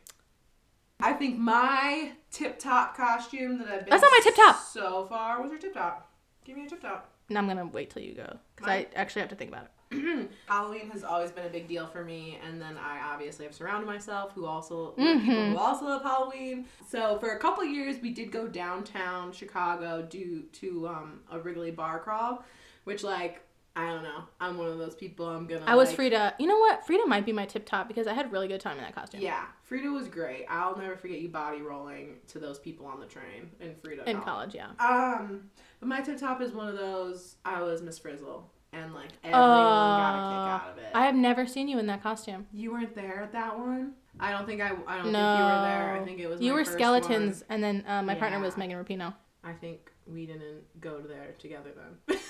S2: I think my tip top costume that I've been
S1: That's not my tip top.
S2: so far was your tip top. Give me your tip top.
S1: Now I'm gonna wait till you go because I
S2: Mine?
S1: actually have to think about it.
S2: Halloween has always been a big deal for me, and then I obviously have surrounded myself who also with people
S1: Mm-hmm.
S2: who also love Halloween. So for a couple years, we did go downtown Chicago due to um, a Wrigley bar crawl, which like I don't know. I'm one of those people. I'm gonna.
S1: I was
S2: like,
S1: Frida. You know what? Frida might be my tip top because I had a really good time in that costume.
S2: Yeah, Frida was great. I'll never forget you body rolling to those people on the train in Frida.
S1: In
S2: Hall.
S1: college, yeah.
S2: Um, but my tip top is one of those. I was Miss Frizzle, and like everyone got a kick out of it.
S1: Oh, I have never seen you in that costume.
S2: You weren't there at that one. I don't think I. I don't think you were
S1: no.
S2: there. I think it was.
S1: You
S2: my
S1: were
S2: first
S1: skeletons, and then uh, my partner was
S2: Yeah.
S1: Megan Rapino.
S2: one. I think we didn't go there together then. [laughs]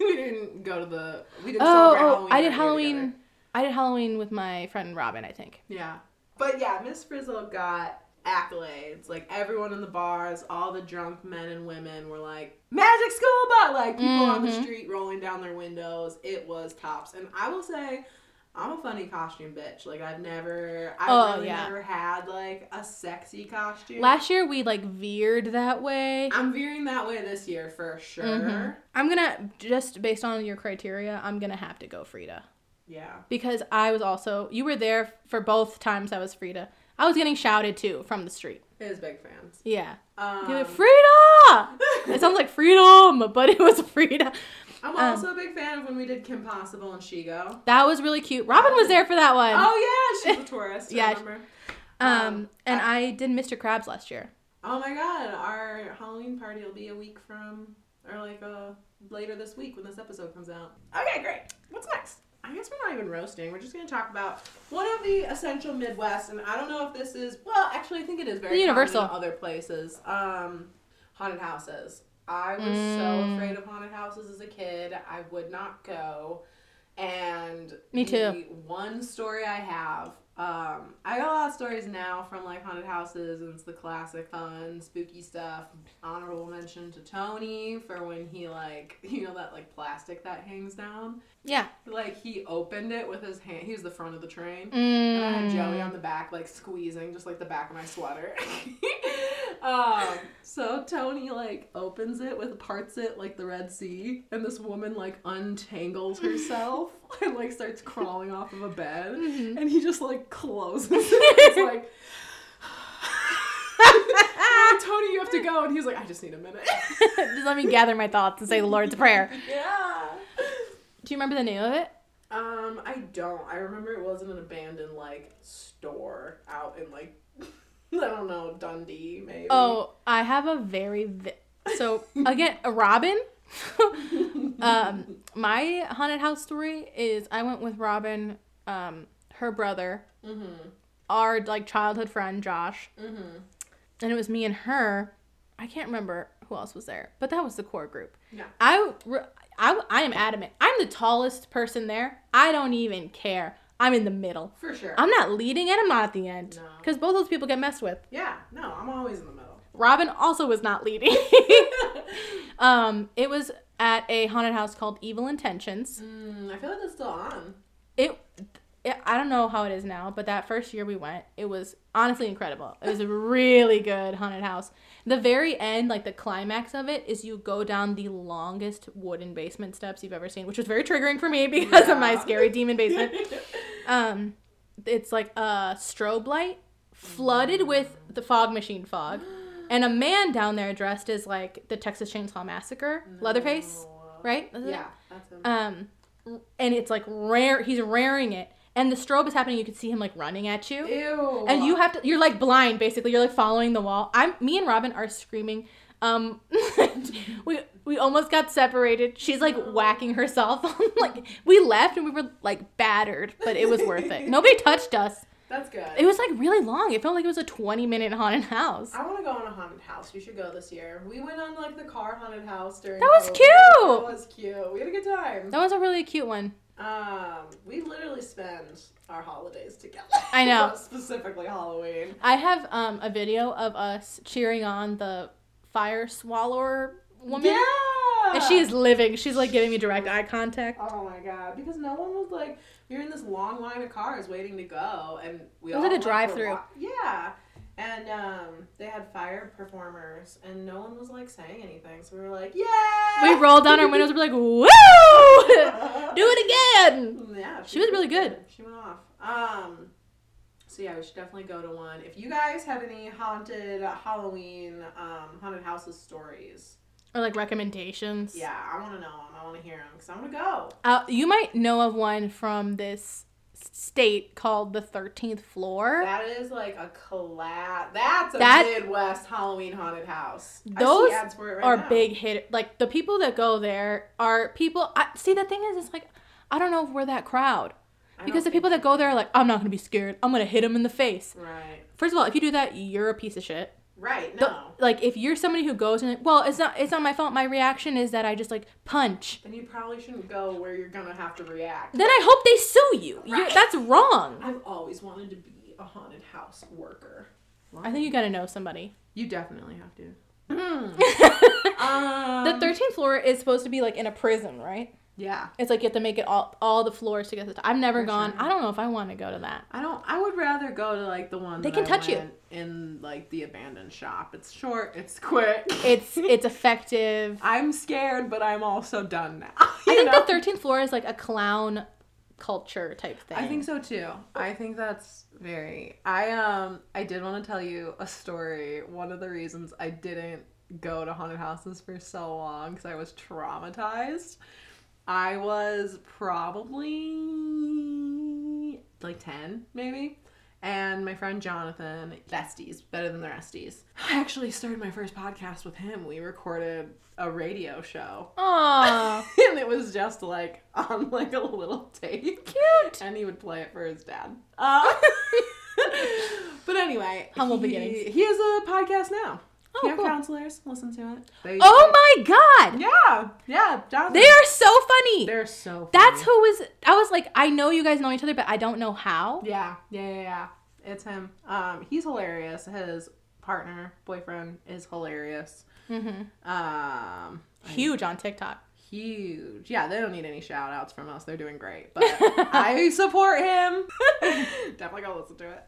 S2: we didn't go to the. We didn't
S1: Oh,
S2: celebrate
S1: oh,
S2: Halloween
S1: I
S2: that
S1: did
S2: year
S1: Halloween.
S2: together.
S1: I did Halloween with my friend Robin. I think.
S2: Yeah, but yeah, Miss Frizzle got accolades. Like everyone in the bars, all the drunk men and women were like magic school bus. Like people on the
S1: Mhm.
S2: street rolling down their windows. It was tops, and I will say. I'm a funny costume bitch. Like I've never, I've
S1: Oh,
S2: really
S1: yeah.
S2: never had like a sexy costume.
S1: Last year we like veered that way.
S2: I'm veering that way this year for sure.
S1: Mhm. I'm gonna just based on your criteria, I'm gonna have to go Frida
S2: Yeah.
S1: because I was also you were there for both times I was Frida. I was getting shouted to from the street.
S2: It is big fans.
S1: Yeah,
S2: Um,
S1: They were, Frida. it sounds like freedom, but it was Frida.
S2: [laughs] I'm also
S1: um,
S2: a big fan of when we did Kim Possible and Shigo.
S1: That was really cute. Robin was there for that one.
S2: Oh yeah, she's a tourist.
S1: [laughs] Yeah.
S2: yeah. Remember?
S1: um, and I, did Mr. Krabs last year.
S2: Oh my god, our Halloween party will be a week from, or like uh, later this week when this episode comes out. Okay, great. What's next? I guess we're not even roasting. We're just going to talk about one of the essential Midwest, and I don't know if this is well. Actually, I think it is very
S1: Universal.
S2: universal in other places. Um, haunted houses. I was so
S1: Mm.
S2: afraid of haunted houses as a kid. I would not go. And
S1: Me
S2: the
S1: too.
S2: One story I have. Um, I got a lot of stories now from like haunted houses, and it's the classic fun, spooky stuff. Honorable mention to Tony for when he like [laughs] you know that like plastic that hangs down.
S1: Yeah.
S2: Like he opened it with his hand. He was the front of the train. And I had Joey
S1: Mm.
S2: on the back, like squeezing just like the back of my sweater. Um, so Tony like opens it with parts it like the Red Sea, and this woman like untangles herself and like starts crawling off of a bed, and he just like closes it. It's like. [laughs] "Oh, Tony, you have to go, and he's like, I just need a minute.
S1: [laughs]
S2: [laughs]
S1: Just let me gather my thoughts and say the Lord's Prayer.
S2: yeah.
S1: Do you remember the name of it?
S2: Um, I don't. I remember it was in an abandoned like store out in like [laughs] I don't know Dundee maybe.
S1: Oh, I have a very vi- so again [laughs] a Robin. um, my haunted house story is I went with Robin, um, her brother,
S2: Mm-hmm.
S1: our like childhood friend Josh, and it was me and her. I can't remember who else was there, but that was the core group.
S2: Yeah.
S1: I, re- I, I am adamant. I'm the tallest person there. I don't even care. I'm in the middle.
S2: for sure.
S1: I'm not leading and I'm not at the end
S2: No.
S1: because both those people get messed with.
S2: yeah, no, I'm always in the middle.
S1: Robin also was not leading. um, it was at a haunted house called Evil Intentions.
S2: Mm, I feel like that's still on.
S1: It, it, I don't know how it is now, but that first year we went, it was honestly incredible. It was a really good haunted house. The very end, like the climax of it, is you go down the longest wooden basement steps you've ever seen, which was very triggering for me [laughs] because of
S2: [laughs]
S1: my
S2: Yeah.
S1: scary demon basement. um, it's like a strobe light flooded with the fog machine fog, and a man down there dressed as like the Texas Chainsaw Massacre, Leatherface,
S2: No.
S1: right? Isn't it?
S2: Yeah, that's him.
S1: Um, and it's like rare. He's raring it, and the strobe is happening. You can see him like running at you.
S2: Ew.
S1: And you have to, you're like blind basically. You're like following the wall. I'm, me and Robin are screaming. Um, [laughs] we we almost got separated. She's like whacking herself. [laughs] on like we left and we were like battered, but it was worth it. Nobody touched us.
S2: That's good.
S1: It was like really long. It felt like it was a 20 minute haunted house. That
S2: I want to go on a haunted house. We should go this year. We went on like the car haunted house during.
S1: That was
S2: COVID.
S1: cute!
S2: That was cute. We had a good time.
S1: was a really cute one.
S2: Um, we literally spend our holidays together. [laughs]
S1: I know.
S2: Not specifically Halloween.
S1: I have um a video of us cheering on the fire swallower woman.
S2: Yeah.
S1: And she is living. She's like giving me direct eye contact.
S2: Oh my god! Because no one was like, we were in this long line of cars waiting to go, and we
S1: It
S2: all
S1: was like a
S2: were
S1: drive-thru.
S2: wa- Yeah, and um, they had fire performers, and no one was like saying anything. So we were like, yeah. [laughs]
S1: We rolled down our windows and we're like, woo! [laughs] Do it again!
S2: Yeah,
S1: She was really good.
S2: She went off. Um, so yeah, we should definitely go to one. If you guys have any haunted Halloween, um, haunted houses stories,
S1: Or like recommendations.
S2: yeah, I want to know them. I want to hear them because I want to go.
S1: Uh, you might know of one from this state called the 13th Floor.
S2: That is like a collab. That's a
S1: That-
S2: Midwest Halloween haunted house.
S1: Those
S2: I see ads for it right
S1: Are
S2: now.
S1: big hit. Like the people that go there are people. I, see, the thing is, it's like, I don't know if we're that crowd.
S2: I don't
S1: Because the
S2: think-
S1: people that go there are like, I'm not going to be scared. I'm going to hit them in the face.
S2: Right.
S1: First of all, if you do that, you're a piece of shit.
S2: Right.
S1: The-
S2: No.
S1: like if you're somebody who goes and like, well, it's not it's not my fault. My reaction is that I just like punch.
S2: Then you probably shouldn't go where you're gonna have to react.
S1: Then I hope they sue you. You're,
S2: Right.
S1: that's wrong.
S2: I've always wanted to be a haunted house worker.
S1: I think you got to know somebody.
S2: you definitely have
S1: [laughs]
S2: to.
S1: the
S2: Um,
S1: 13th floor is supposed to be like in a prison, right?
S2: Yeah.
S1: It's like you have to make it all all the floors to get to the top. I've never
S2: For
S1: gone.
S2: sure.
S1: I don't know if I want to go to that.
S2: I don't. I would rather go to like the one
S1: They
S2: that
S1: can
S2: I
S1: touch you.
S2: went in like the abandoned shop. It's short. It's quick.
S1: It's
S2: [laughs]
S1: it's effective.
S2: I'm scared, but I'm also done now. [laughs]
S1: I
S2: you
S1: think
S2: know?
S1: the 13th floor is like a clown culture type thing.
S2: I think so too. I think that's very. I um. I did want to tell you a story. One of the reasons I didn't go to haunted houses for so long because I was traumatized. I was probably like 10, maybe. And my friend Jonathan, besties, better than the resties. I actually started my first podcast with him. We recorded a radio show. [laughs]
S1: Aw,
S2: and it was just like on like a little tape.
S1: Cute. Oh.
S2: And he would play it for his
S1: [laughs]
S2: dad. Uh, [laughs] but anyway,
S1: Humble
S2: he,
S1: beginnings.
S2: He has a podcast now.
S1: Oh,
S2: you know,
S1: cool.
S2: counselors listen to it. They-
S1: oh my god,
S2: yeah, yeah, Jonathan.
S1: they are so funny.
S2: They're so. Funny.
S1: That's who was. I was like, I know you guys know each other, but I don't know how.
S2: Yeah, yeah, yeah, yeah. It's him. Um, he's hilarious. His partner, boyfriend, is hilarious. Mm-hmm. Um,
S1: Huge on TikTok.
S2: huge. Yeah, they don't need any shout outs [laughs] from us. They're doing great. But I support him. Definitely go listen to it.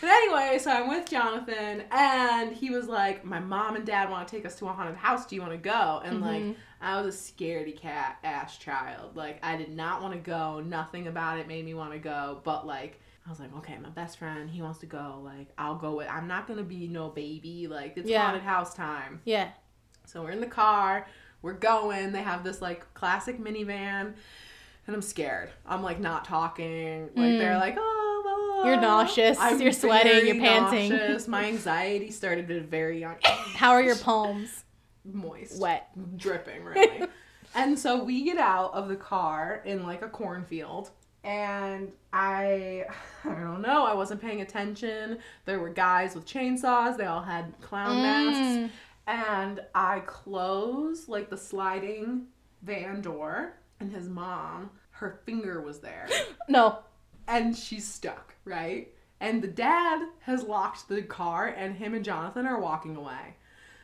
S2: But anyway, so I'm with Jonathan, and he was like, "My mom and dad want to take us to a haunted house. Do you want to go?" And like, I was a scaredy cat ass child. Like, I did not want to go. Nothing about it made me want to go. But like, I was like, "Okay, my best friend, he wants to go. Like, I'll go with. I'm not gonna be no baby. Like, it's
S1: Yeah.
S2: haunted house time."
S1: Yeah.
S2: So we're in the car, we're going. They have this like classic minivan, and I'm scared. I'm like not talking. Like they're like, oh, blah, blah,
S1: Hmm. You're
S2: blah."
S1: nauseous. You're sweating.
S2: very
S1: You're panting.
S2: nauseous. My anxiety started at a very young [laughs]
S1: How are your palms?
S2: moist,
S1: Wet.
S2: dripping, really. [laughs] and so we get out of the car in like a cornfield. And I, [laughs] I don't know, I wasn't paying attention. There were guys with chainsaws, they all had clown masks
S1: Mm.
S2: and I close like the sliding van door, and his mom, her finger was there,
S1: No.
S2: and she's stuck, right? And the dad has locked the car, and him and Jonathan are walking away.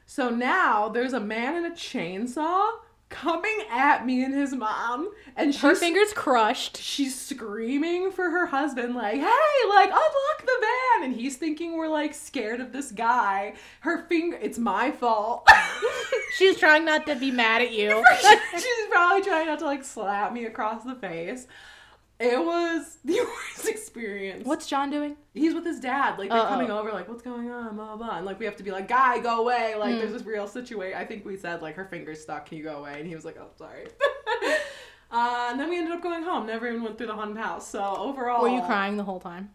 S2: So now there's a man in a chainsaw coming at me and his mom, and she's
S1: Her fingers crushed.
S2: she's screaming for her husband, like, hey, like, unlock the van. And he's thinking we're like scared of this guy. Her finger, it's my fault. [laughs]
S1: She's trying not to be mad at you.
S2: she's probably trying not to like slap me across the face. It was the [laughs] worst experience.
S1: What's John doing?
S2: He's with his dad. Like they're
S1: Uh-oh.
S2: coming over. Like what's going on? Blah blah. blah. And like we have to be like, guy, go away. Like there's
S1: Hmm.
S2: this real situation. I think we said like her fingers stuck. Can you go away? And he was like, oh sorry. [laughs] uh, and then we ended up going home. Never even went through the haunted house. So overall,
S1: Were you crying the whole time?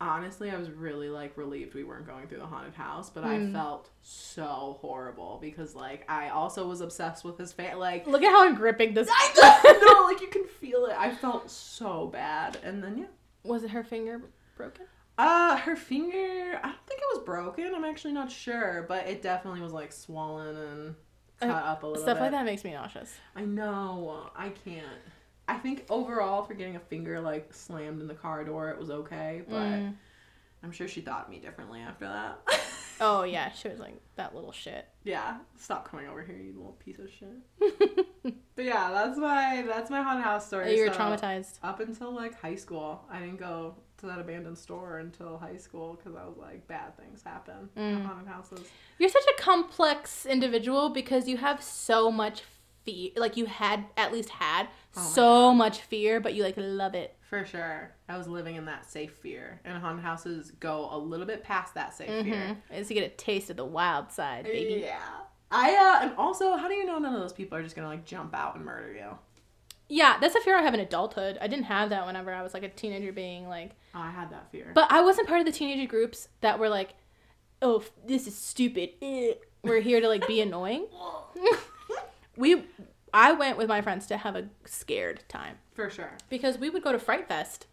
S2: honestly, I was really like relieved we weren't going through the haunted house, but
S1: Hmm.
S2: I felt so horrible because like I also was obsessed with his face. Like
S1: Look at how gripping this. [laughs]
S2: I know, [laughs] no, like you can feel it. I felt so bad, and then yeah.
S1: Was it her finger broken?
S2: Uh, her finger. I don't think it was broken. I'm actually not sure, but it definitely was like swollen and cut
S1: Uh,
S2: up a little
S1: Stuff
S2: bit.
S1: like that makes me nauseous.
S2: I know. I can't. I think overall for getting a finger like slammed in the car door, it was okay, but
S1: Mm.
S2: I'm sure she thought of me differently after that. [laughs]
S1: Oh yeah, she was like that little shit.
S2: yeah, stop coming over here, you little piece of
S1: [laughs]
S2: shit. but yeah, that's my that's my haunted house story.
S1: you were
S2: so-
S1: traumatized.
S2: up until like high school. I didn't go to that abandoned store until high school because I was like, bad things happen in
S1: Mm.
S2: haunted houses.
S1: You're such a complex individual because you have so much fear. Like you had at least had
S2: Oh my
S1: so much fear, but you like love it.
S2: For sure, I was living in that safe fear, and haunted houses go a little bit past that safe fear.
S1: Mhm. Is to get a taste of the wild side, baby.
S2: Yeah. I uh, and also, how do you know none of those people are just gonna like jump out and murder you?
S1: Yeah, that's a fear I have in adulthood. I didn't have that whenever I was like a teenager, being like,
S2: Oh, I had that fear.
S1: but I wasn't part of the teenager groups that were like, oh, f- this is stupid. eh, We're here to like be [laughs] annoying. We, I went with my friends to have a scared time
S2: [laughs] for sure,
S1: because we would go to Fright Fest.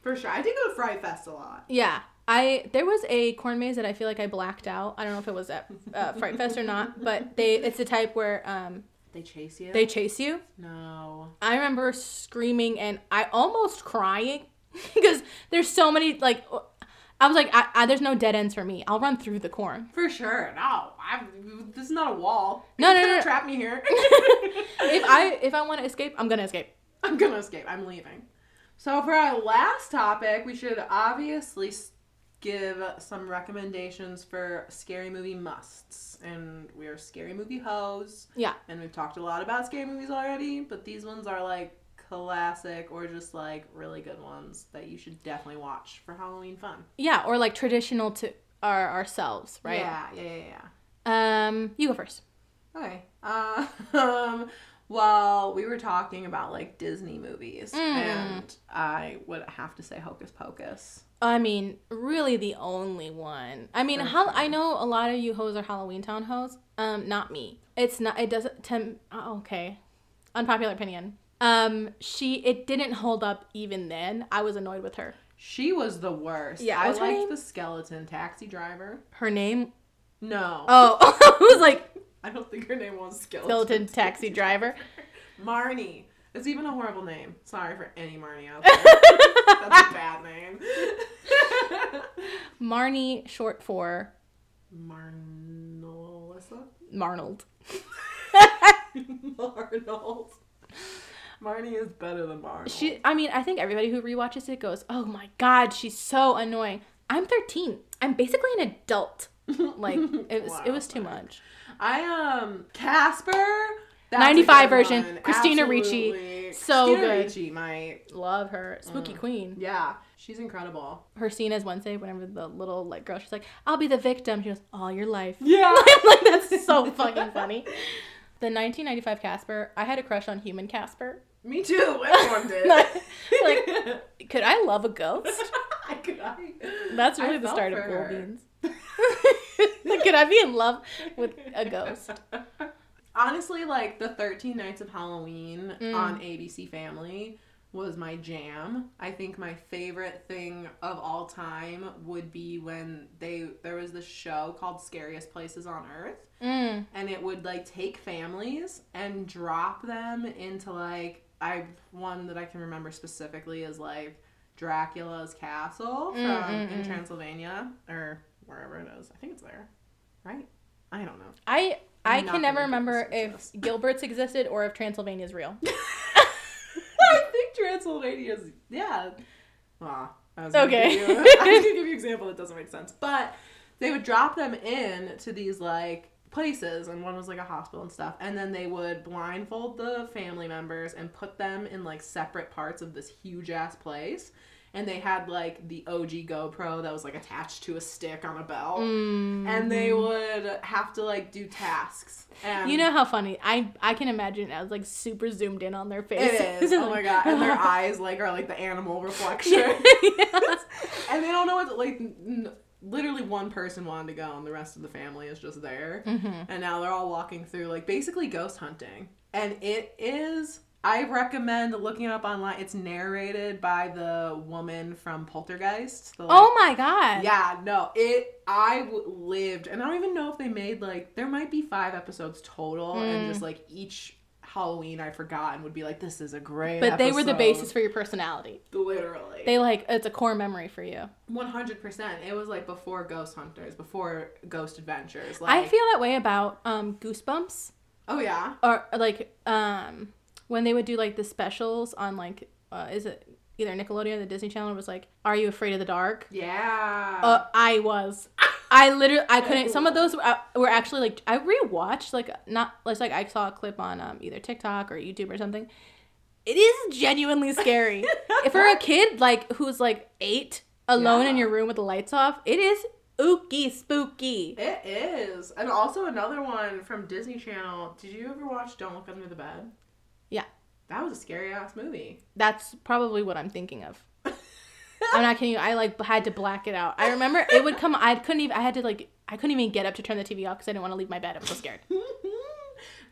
S2: for sure. I did go to Fright Fest a lot.
S1: Yeah. I there was a corn maze that I feel like I blacked out. I don't know if it was at uh, Fright Fest or not, but they it's the type where um,
S2: They chase you.
S1: they chase you.
S2: no.
S1: I remember screaming and I almost crying [laughs] because there's so many like I was like I, I, there's no dead ends for me. I'll run through the corn.
S2: For sure, no. i this is not a wall.
S1: No,
S2: You're
S1: no,
S2: gonna
S1: no.
S2: Trap me here.
S1: [laughs] If I if I want to escape, I'm gonna escape.
S2: [laughs] I'm gonna escape. I'm leaving. So for our last topic, we should obviously s- give some recommendations for scary movie musts, and we are scary movie hoes.
S1: Yeah.
S2: And we've talked a lot about scary movies already, but these ones are like classic or just like really good ones that you should definitely watch for Halloween fun.
S1: Yeah, or like traditional to our ourselves, right?
S2: Yeah. Yeah. Yeah. yeah.
S1: Um you go first.
S2: Okay. Uh, um, [laughs] well, we were talking about like Disney movies, and I would have to say Hocus Pocus.
S1: I mean, really the only one. I mean,
S2: For
S1: how I know a lot of you hoes are Halloween town hoes. Um, not me. It's not. It doesn't. Tim. oh, Okay, unpopular opinion. Um, she it didn't hold up even then. I was annoyed with her.
S2: She was the worst.
S1: Yeah,
S2: I
S1: what's her name?
S2: liked the skeleton taxi driver.
S1: Her name.
S2: No,
S1: Oh, [laughs] I was like
S2: I don't think her name was skeleton.
S1: skeleton taxi driver.
S2: [laughs] Marnie. It's even a horrible name. Sorry for any Marnie [laughs] out there. That's a bad name. [laughs]
S1: Marnie, short for
S2: Marnolissa. [laughs]
S1: Marnold.
S2: Marnold. Marnie is better than Marnold.
S1: She. I mean, I think everybody who rewatches it goes, "Oh my god, she's so annoying." I'm 13. I'm basically an adult. Like it was it
S2: Wow,
S1: was too much.
S2: I um Casper. that's a good
S1: 95 version,
S2: one.
S1: Christina Ricci.
S2: Absolutely.
S1: So
S2: Christina
S1: good.
S2: Ricci, my
S1: Love her. Spooky
S2: Mm.
S1: queen.
S2: yeah, she's incredible.
S1: Her scene is Wednesday whenever the little like girl she's like, "I'll be the victim." She goes, "All your life."
S2: [laughs] Yeah,
S1: [laughs] I'm like that's so fucking funny. The 1995 Casper, I had a crush on human Casper.
S2: me too. Everyone
S1: [laughs]
S2: did.
S1: Like- Could I love a ghost?
S2: [laughs] I could- I-
S1: That's
S2: I
S1: really the
S2: felt
S1: start of
S2: for
S1: Cool
S2: her. [laughs]
S1: Beans. [laughs] like, could I be in love with a ghost?
S2: [laughs] Honestly, like the 13 Nights of Halloween
S1: Mm.
S2: on ABC Family was my jam. I think my favorite thing of all time would be when they there was this show called Scariest Places on Earth
S1: Mm.
S2: and it would like take families and drop them into like I one that I can remember specifically is like Dracula's castle from
S1: Mm, mm,
S2: in
S1: mm.
S2: Transylvania or wherever it is. I think it's there, right? I don't know.
S1: I I
S2: I'm not
S1: can never
S2: gonna
S1: remember
S2: get this [laughs]
S1: if Gilbert's existed or if Transylvania's real.
S2: [laughs] I think Transylvania's yeah. Well, I was gonna
S1: Okay.
S2: give you- [laughs] I was gonna give you an example that doesn't make sense, but they would drop them in to these like places, and one was like a hospital and stuff, and then they would blindfold the family members and put them in like separate parts of this huge ass place. And they had like the OG GoPro that was like attached to a stick on a belt, and they would have to like do tasks. And
S1: Mm-hmm. You know how funny I I can imagine it as like super zoomed in on their face.
S2: It is. Oh my god. And
S1: [laughs]
S2: their eyes like are like the animal reflection. [laughs] and they don't know what to, like n- literally one person wanted to go and the rest of the family is just there.
S1: Mm-hmm.
S2: And now they're all walking through like basically ghost hunting. And it is I recommend looking it up online. It's narrated by the woman from Poltergeist. The, like,
S1: Oh my god.
S2: yeah, no, it. I w- lived, and I don't even know if they made like there might be five episodes total, and
S1: Mm.
S2: just like each Halloween I forgot and would be like, this is a great.
S1: But they were the
S2: episode."
S1: basis for your personality.
S2: literally.
S1: They like it's a core memory for you.
S2: One hundred percent. It was like before Ghost Hunters, before Ghost Adventures. Like,
S1: I feel that way about um Goosebumps
S2: Oh yeah.
S1: or like um when they would do like the specials on like uh, is it either Nickelodeon or the Disney Channel it was like Are You Afraid of the Dark?
S2: Yeah.
S1: Uh, I was. I literally, I couldn't. Some of those were, uh, were actually like I rewatched, like not, it's like I saw a clip on um, either TikTok or YouTube or something. It is genuinely scary. if you're a kid like who's like eight, alone in
S2: Yeah.
S1: your room with the lights off, it is ooky spooky.
S2: it is, and also another one from Disney Channel. Did you ever watch Don't Look Under the Bed?
S1: Yeah.
S2: That was a scary ass movie.
S1: That's probably what I'm thinking of. I'm not kidding you. I like had to black it out. I remember it would come. I couldn't even. I had to like. I couldn't even get up to turn the TV off because I didn't want to leave my bed. I was so scared.
S2: [laughs]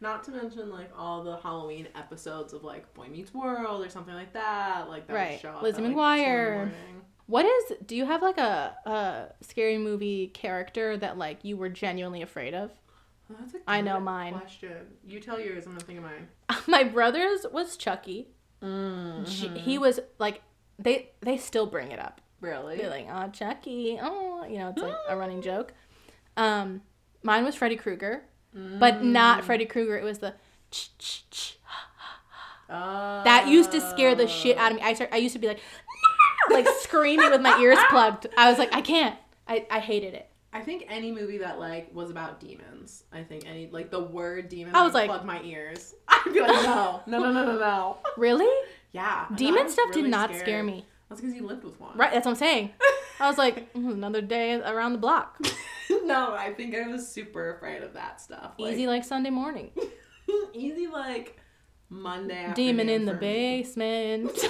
S2: Not to mention like all the Halloween episodes of like Boy Meets World or something like that. Like that would
S1: Right.
S2: show up
S1: Lizzie
S2: at, like,
S1: McGuire.
S2: two in the morning.
S1: What is? Do you have like a a scary movie character that like you were genuinely afraid of? [laughs]
S2: Well, that's a
S1: I know
S2: good
S1: mine.
S2: Question. You tell yours. I'm gonna think of mine.
S1: My brother's was Chucky. She-
S2: Mm-hmm.
S1: he was like they they still bring it up.
S2: Really?
S1: They're like, oh Chucky, oh you know it's like a running joke. Um, mine was Freddy Krueger, but
S2: Mm.
S1: not Freddy Krueger. It was the ch ch ch.
S2: Uh,
S1: That used to scare the shit out of me. I start, I used to be like, "No!" like screaming with my ears plugged. I was like, I can't. I, I hated it.
S2: I think any movie that like was about demons. I think any like the word demon.
S1: I was like-
S2: plug my ears. [laughs] I'd be like,
S1: [laughs]
S2: no, no, no, no, no, no.
S1: Really?
S2: Yeah. no, I
S1: Demon
S2: was
S1: stuff
S2: really
S1: did not
S2: scared.
S1: scare me.
S2: That's because you lived with one.
S1: Right, that's what I'm saying. I was like, "Mm, another day around the block.
S2: [laughs] no, I think I was super afraid of that stuff. Like,
S1: Easy like Sunday morning.
S2: [laughs] easy like Monday. afternoon
S1: Demon in the
S2: for me.
S1: basement.
S2: [laughs]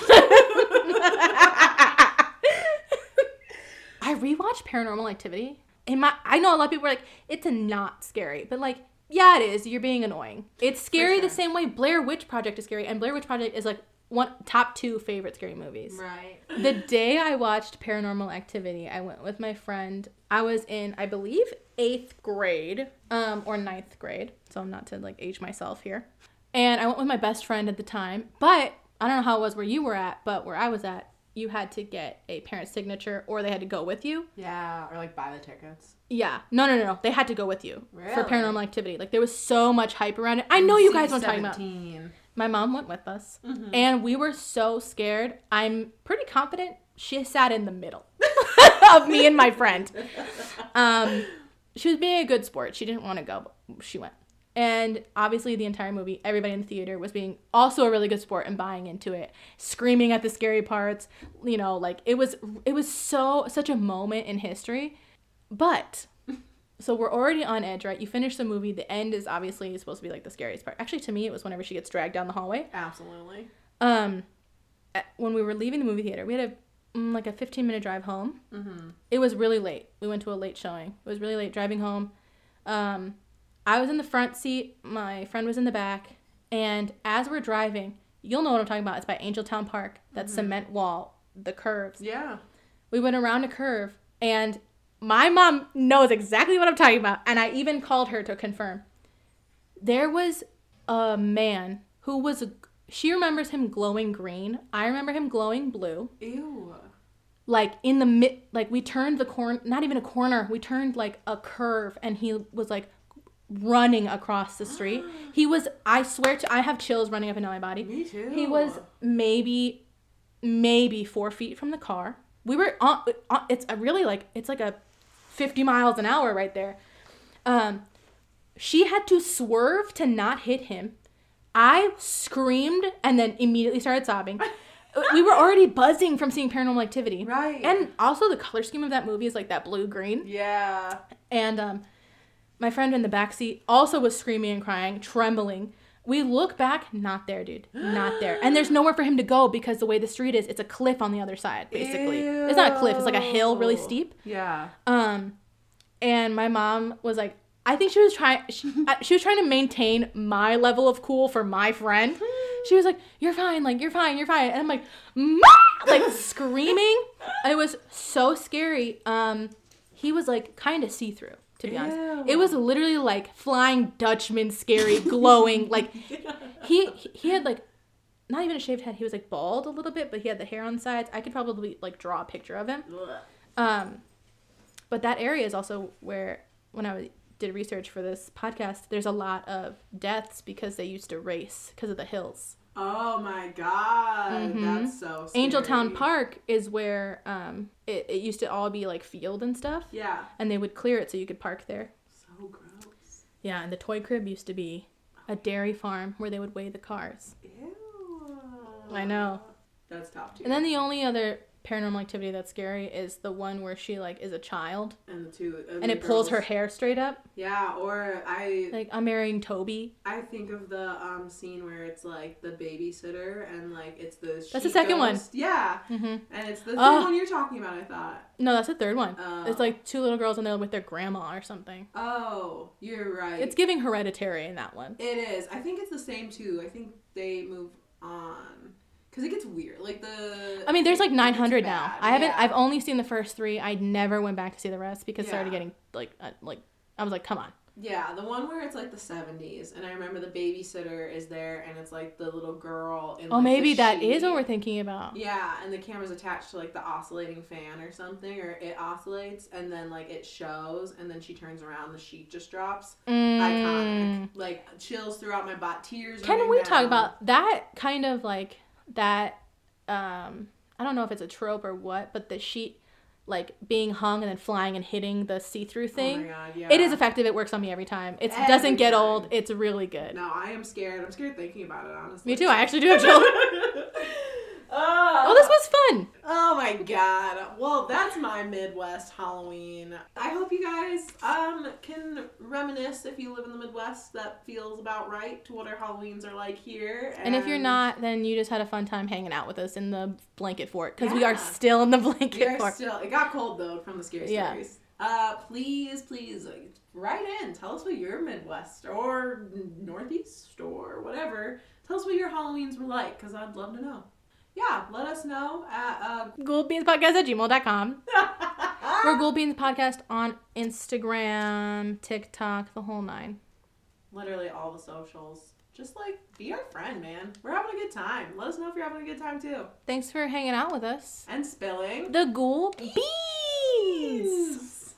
S1: I rewatched Paranormal Activity. And my I know a lot of people are like, it's not scary, but like, yeah, it is. You're being annoying. It's scary the
S2: sure.
S1: same way Blair Witch Project is scary, and Blair Witch Project is like one top two favorite scary movies.
S2: [laughs] Right.
S1: the day I watched Paranormal Activity, I went with my friend. I was in, I believe, eighth grade um, or ninth grade. So I'm not to like age myself here. And I went with my best friend at the time. But I don't know how it was where you were at, but where I was at, you had to get a parent signature or they had to go with you.
S2: Yeah, or like buy the tickets.
S1: Yeah. No, no, no, no. They had to go with you for
S2: Really?
S1: Paranormal Activity. Like there was so much hype around it. I know you guys know what I'm talking about.
S2: Seventeen.
S1: My mom went with us, and we were so scared. I'm pretty confident she sat in the middle. of me and my friend. Um, she was being a good sport. She didn't want to go, but she went. And obviously, the entire movie, everybody in the theater was being also a really good sport and buying into it, screaming at the scary parts. You know, like it was, it was so such a moment in history. But so we're already on edge, right? You finish the movie. The end is obviously supposed to be like the scariest part. Actually, to me, it was whenever she gets dragged down the hallway.
S2: Absolutely.
S1: Um, at- when we were leaving the movie theater, we had a mm, like a 15 minute drive home.
S2: Mm-hmm.
S1: It was really late. We went to a late showing. It was really late driving home. Um, I was in the front seat. My friend was in the back. And as we're driving, you'll know what I'm talking about. It's by Angeltown Park. That cement wall, the curves.
S2: Yeah.
S1: We went around a curve, and my mom knows exactly what I'm talking about. And I even called her to confirm. There was a man who was. She remembers him glowing green. I remember him glowing blue
S2: Ew.
S1: like in the mid like we turned the corner not even a corner we turned like a curve and he was like running across the street he was i swear to i have chills running up and down my body
S2: Me too.
S1: he was maybe maybe four feet from the car we were on, on it's a really like it's like a 50 miles an hour right there um she had to swerve to not hit him i screamed and then immediately started sobbing we were already buzzing from seeing paranormal activity
S2: Right.
S1: and also the color scheme of that movie is like that blue green
S2: Yeah.
S1: and um my friend in the back seat also was screaming and crying trembling we look back not there dude not there and there's nowhere for him to go because the way the street is it's a cliff on the other side basically it's not a cliff it's like a hill really
S2: Ew.
S1: steep
S2: [laughs] Yeah.
S1: um, and my mom was like, I think she was trying. She, [laughs] uh, she was trying to maintain my level of cool for my friend. She was like, "You're fine, like you're fine, you're fine," and I'm like, "Ma!" like screaming. It was so scary. Um, he was like kind of see through. To be honest,
S2: Ew.
S1: it was literally like flying Dutchman, scary, glowing. like he he had like not even a shaved head. He was like bald a little bit, but he had the hair on the sides. I could probably like draw a picture of him.
S2: Ugh.
S1: Um, but that area is also where, when I did research for this podcast, there's a lot of deaths because they used to race because of the hills.
S2: Oh my god.
S1: Mhm.
S2: That's so scary.
S1: Angeltown Park is where um, it, it used to all be like field and stuff,
S2: Yeah.
S1: and they would clear it so you could park there.
S2: So gross.
S1: Yeah, and the toy crib used to be a dairy farm where they would weigh the cars.
S2: Ew.
S1: I know.
S2: That's top tier.
S1: And then the only other paranormal activity that's scary is the one where she like is a child
S2: and the two
S1: and it pulls her hair straight up.
S2: Yeah, or I
S1: Like I'm marrying Toby.
S2: I think of the um scene where it's like the babysitter and like it's the
S1: the
S2: she
S1: second one.
S2: ghost. Yeah,
S1: Mm-hmm.
S2: and it's the same
S1: Ugh.
S2: one you're talking about. I thought.
S1: No, that's the third one.
S2: Oh.
S1: It's like two little girls and they're with their grandma or something.
S2: Oh, you're right.
S1: It's giving hereditary in that one.
S2: It is. I think it's the same too. I think they move on because it gets weird. Like the.
S1: I mean, there's like
S2: it gets
S1: 900 now.
S2: bad.
S1: I haven't.
S2: Yeah.
S1: I've only seen the first three. I never went back to see the rest because they started
S2: Yeah.
S1: getting like, uh, like I was like, come on.
S2: Yeah, the one where it's like the 70s, and I remember the babysitter is there, and it's like the little girl. In,
S1: Oh,
S2: like, the
S1: maybe that is
S2: sheet.
S1: what we're thinking about.
S2: Yeah, and the camera's attached to like the oscillating fan or something, or it oscillates, and then like it shows, and then she turns around, the sheet just drops. Iconic.
S1: Mm.
S2: Like chills throughout my body, tears.
S1: Can
S2: running
S1: we
S2: down. Oh
S1: talk about that kind of like that? Um, I don't know if it's a trope or what, but the sheet like being hung and then flying and hitting the see-through
S2: Oh my
S1: thing.
S2: god, yeah.
S1: It is effective. It works on me every time. It
S2: Every
S1: doesn't get
S2: time.
S1: old. It's really good.
S2: No, I am scared. I'm scared thinking about it, honestly. Ah.
S1: Me
S2: [laughs]
S1: too. I actually do have children. [laughs] Oh, this was fun.
S2: Oh my god. Well, that's my Midwest Halloween. I hope you guys um can reminisce if you live in the Midwest that feels about right to what our Halloweens are like here.
S1: And if you're not, then you just had a fun time hanging out with us in the blanket fort because we
S2: Yeah.
S1: are still in the
S2: we
S1: blanket
S2: are
S1: fort.
S2: still it got cold though from the scary
S1: Yeah.
S2: stories. Uh please, please like, write in. Tell us what your Midwest or Northeast or whatever. Tell us what your Halloweens were like, because I'd love to know. Yeah, let us know at uh [laughs]
S1: Goldbeanspodcast at gmail.com.
S2: Ah.
S1: We're Goldbeans Podcast on Instagram, TikTok, the whole nine.
S2: literally all the socials. Just like be our friend, man. We're having a good time. Let us know if you're having a good time too.
S1: Thanks for hanging out with us.
S2: And spilling.
S1: The Ghoul Beans!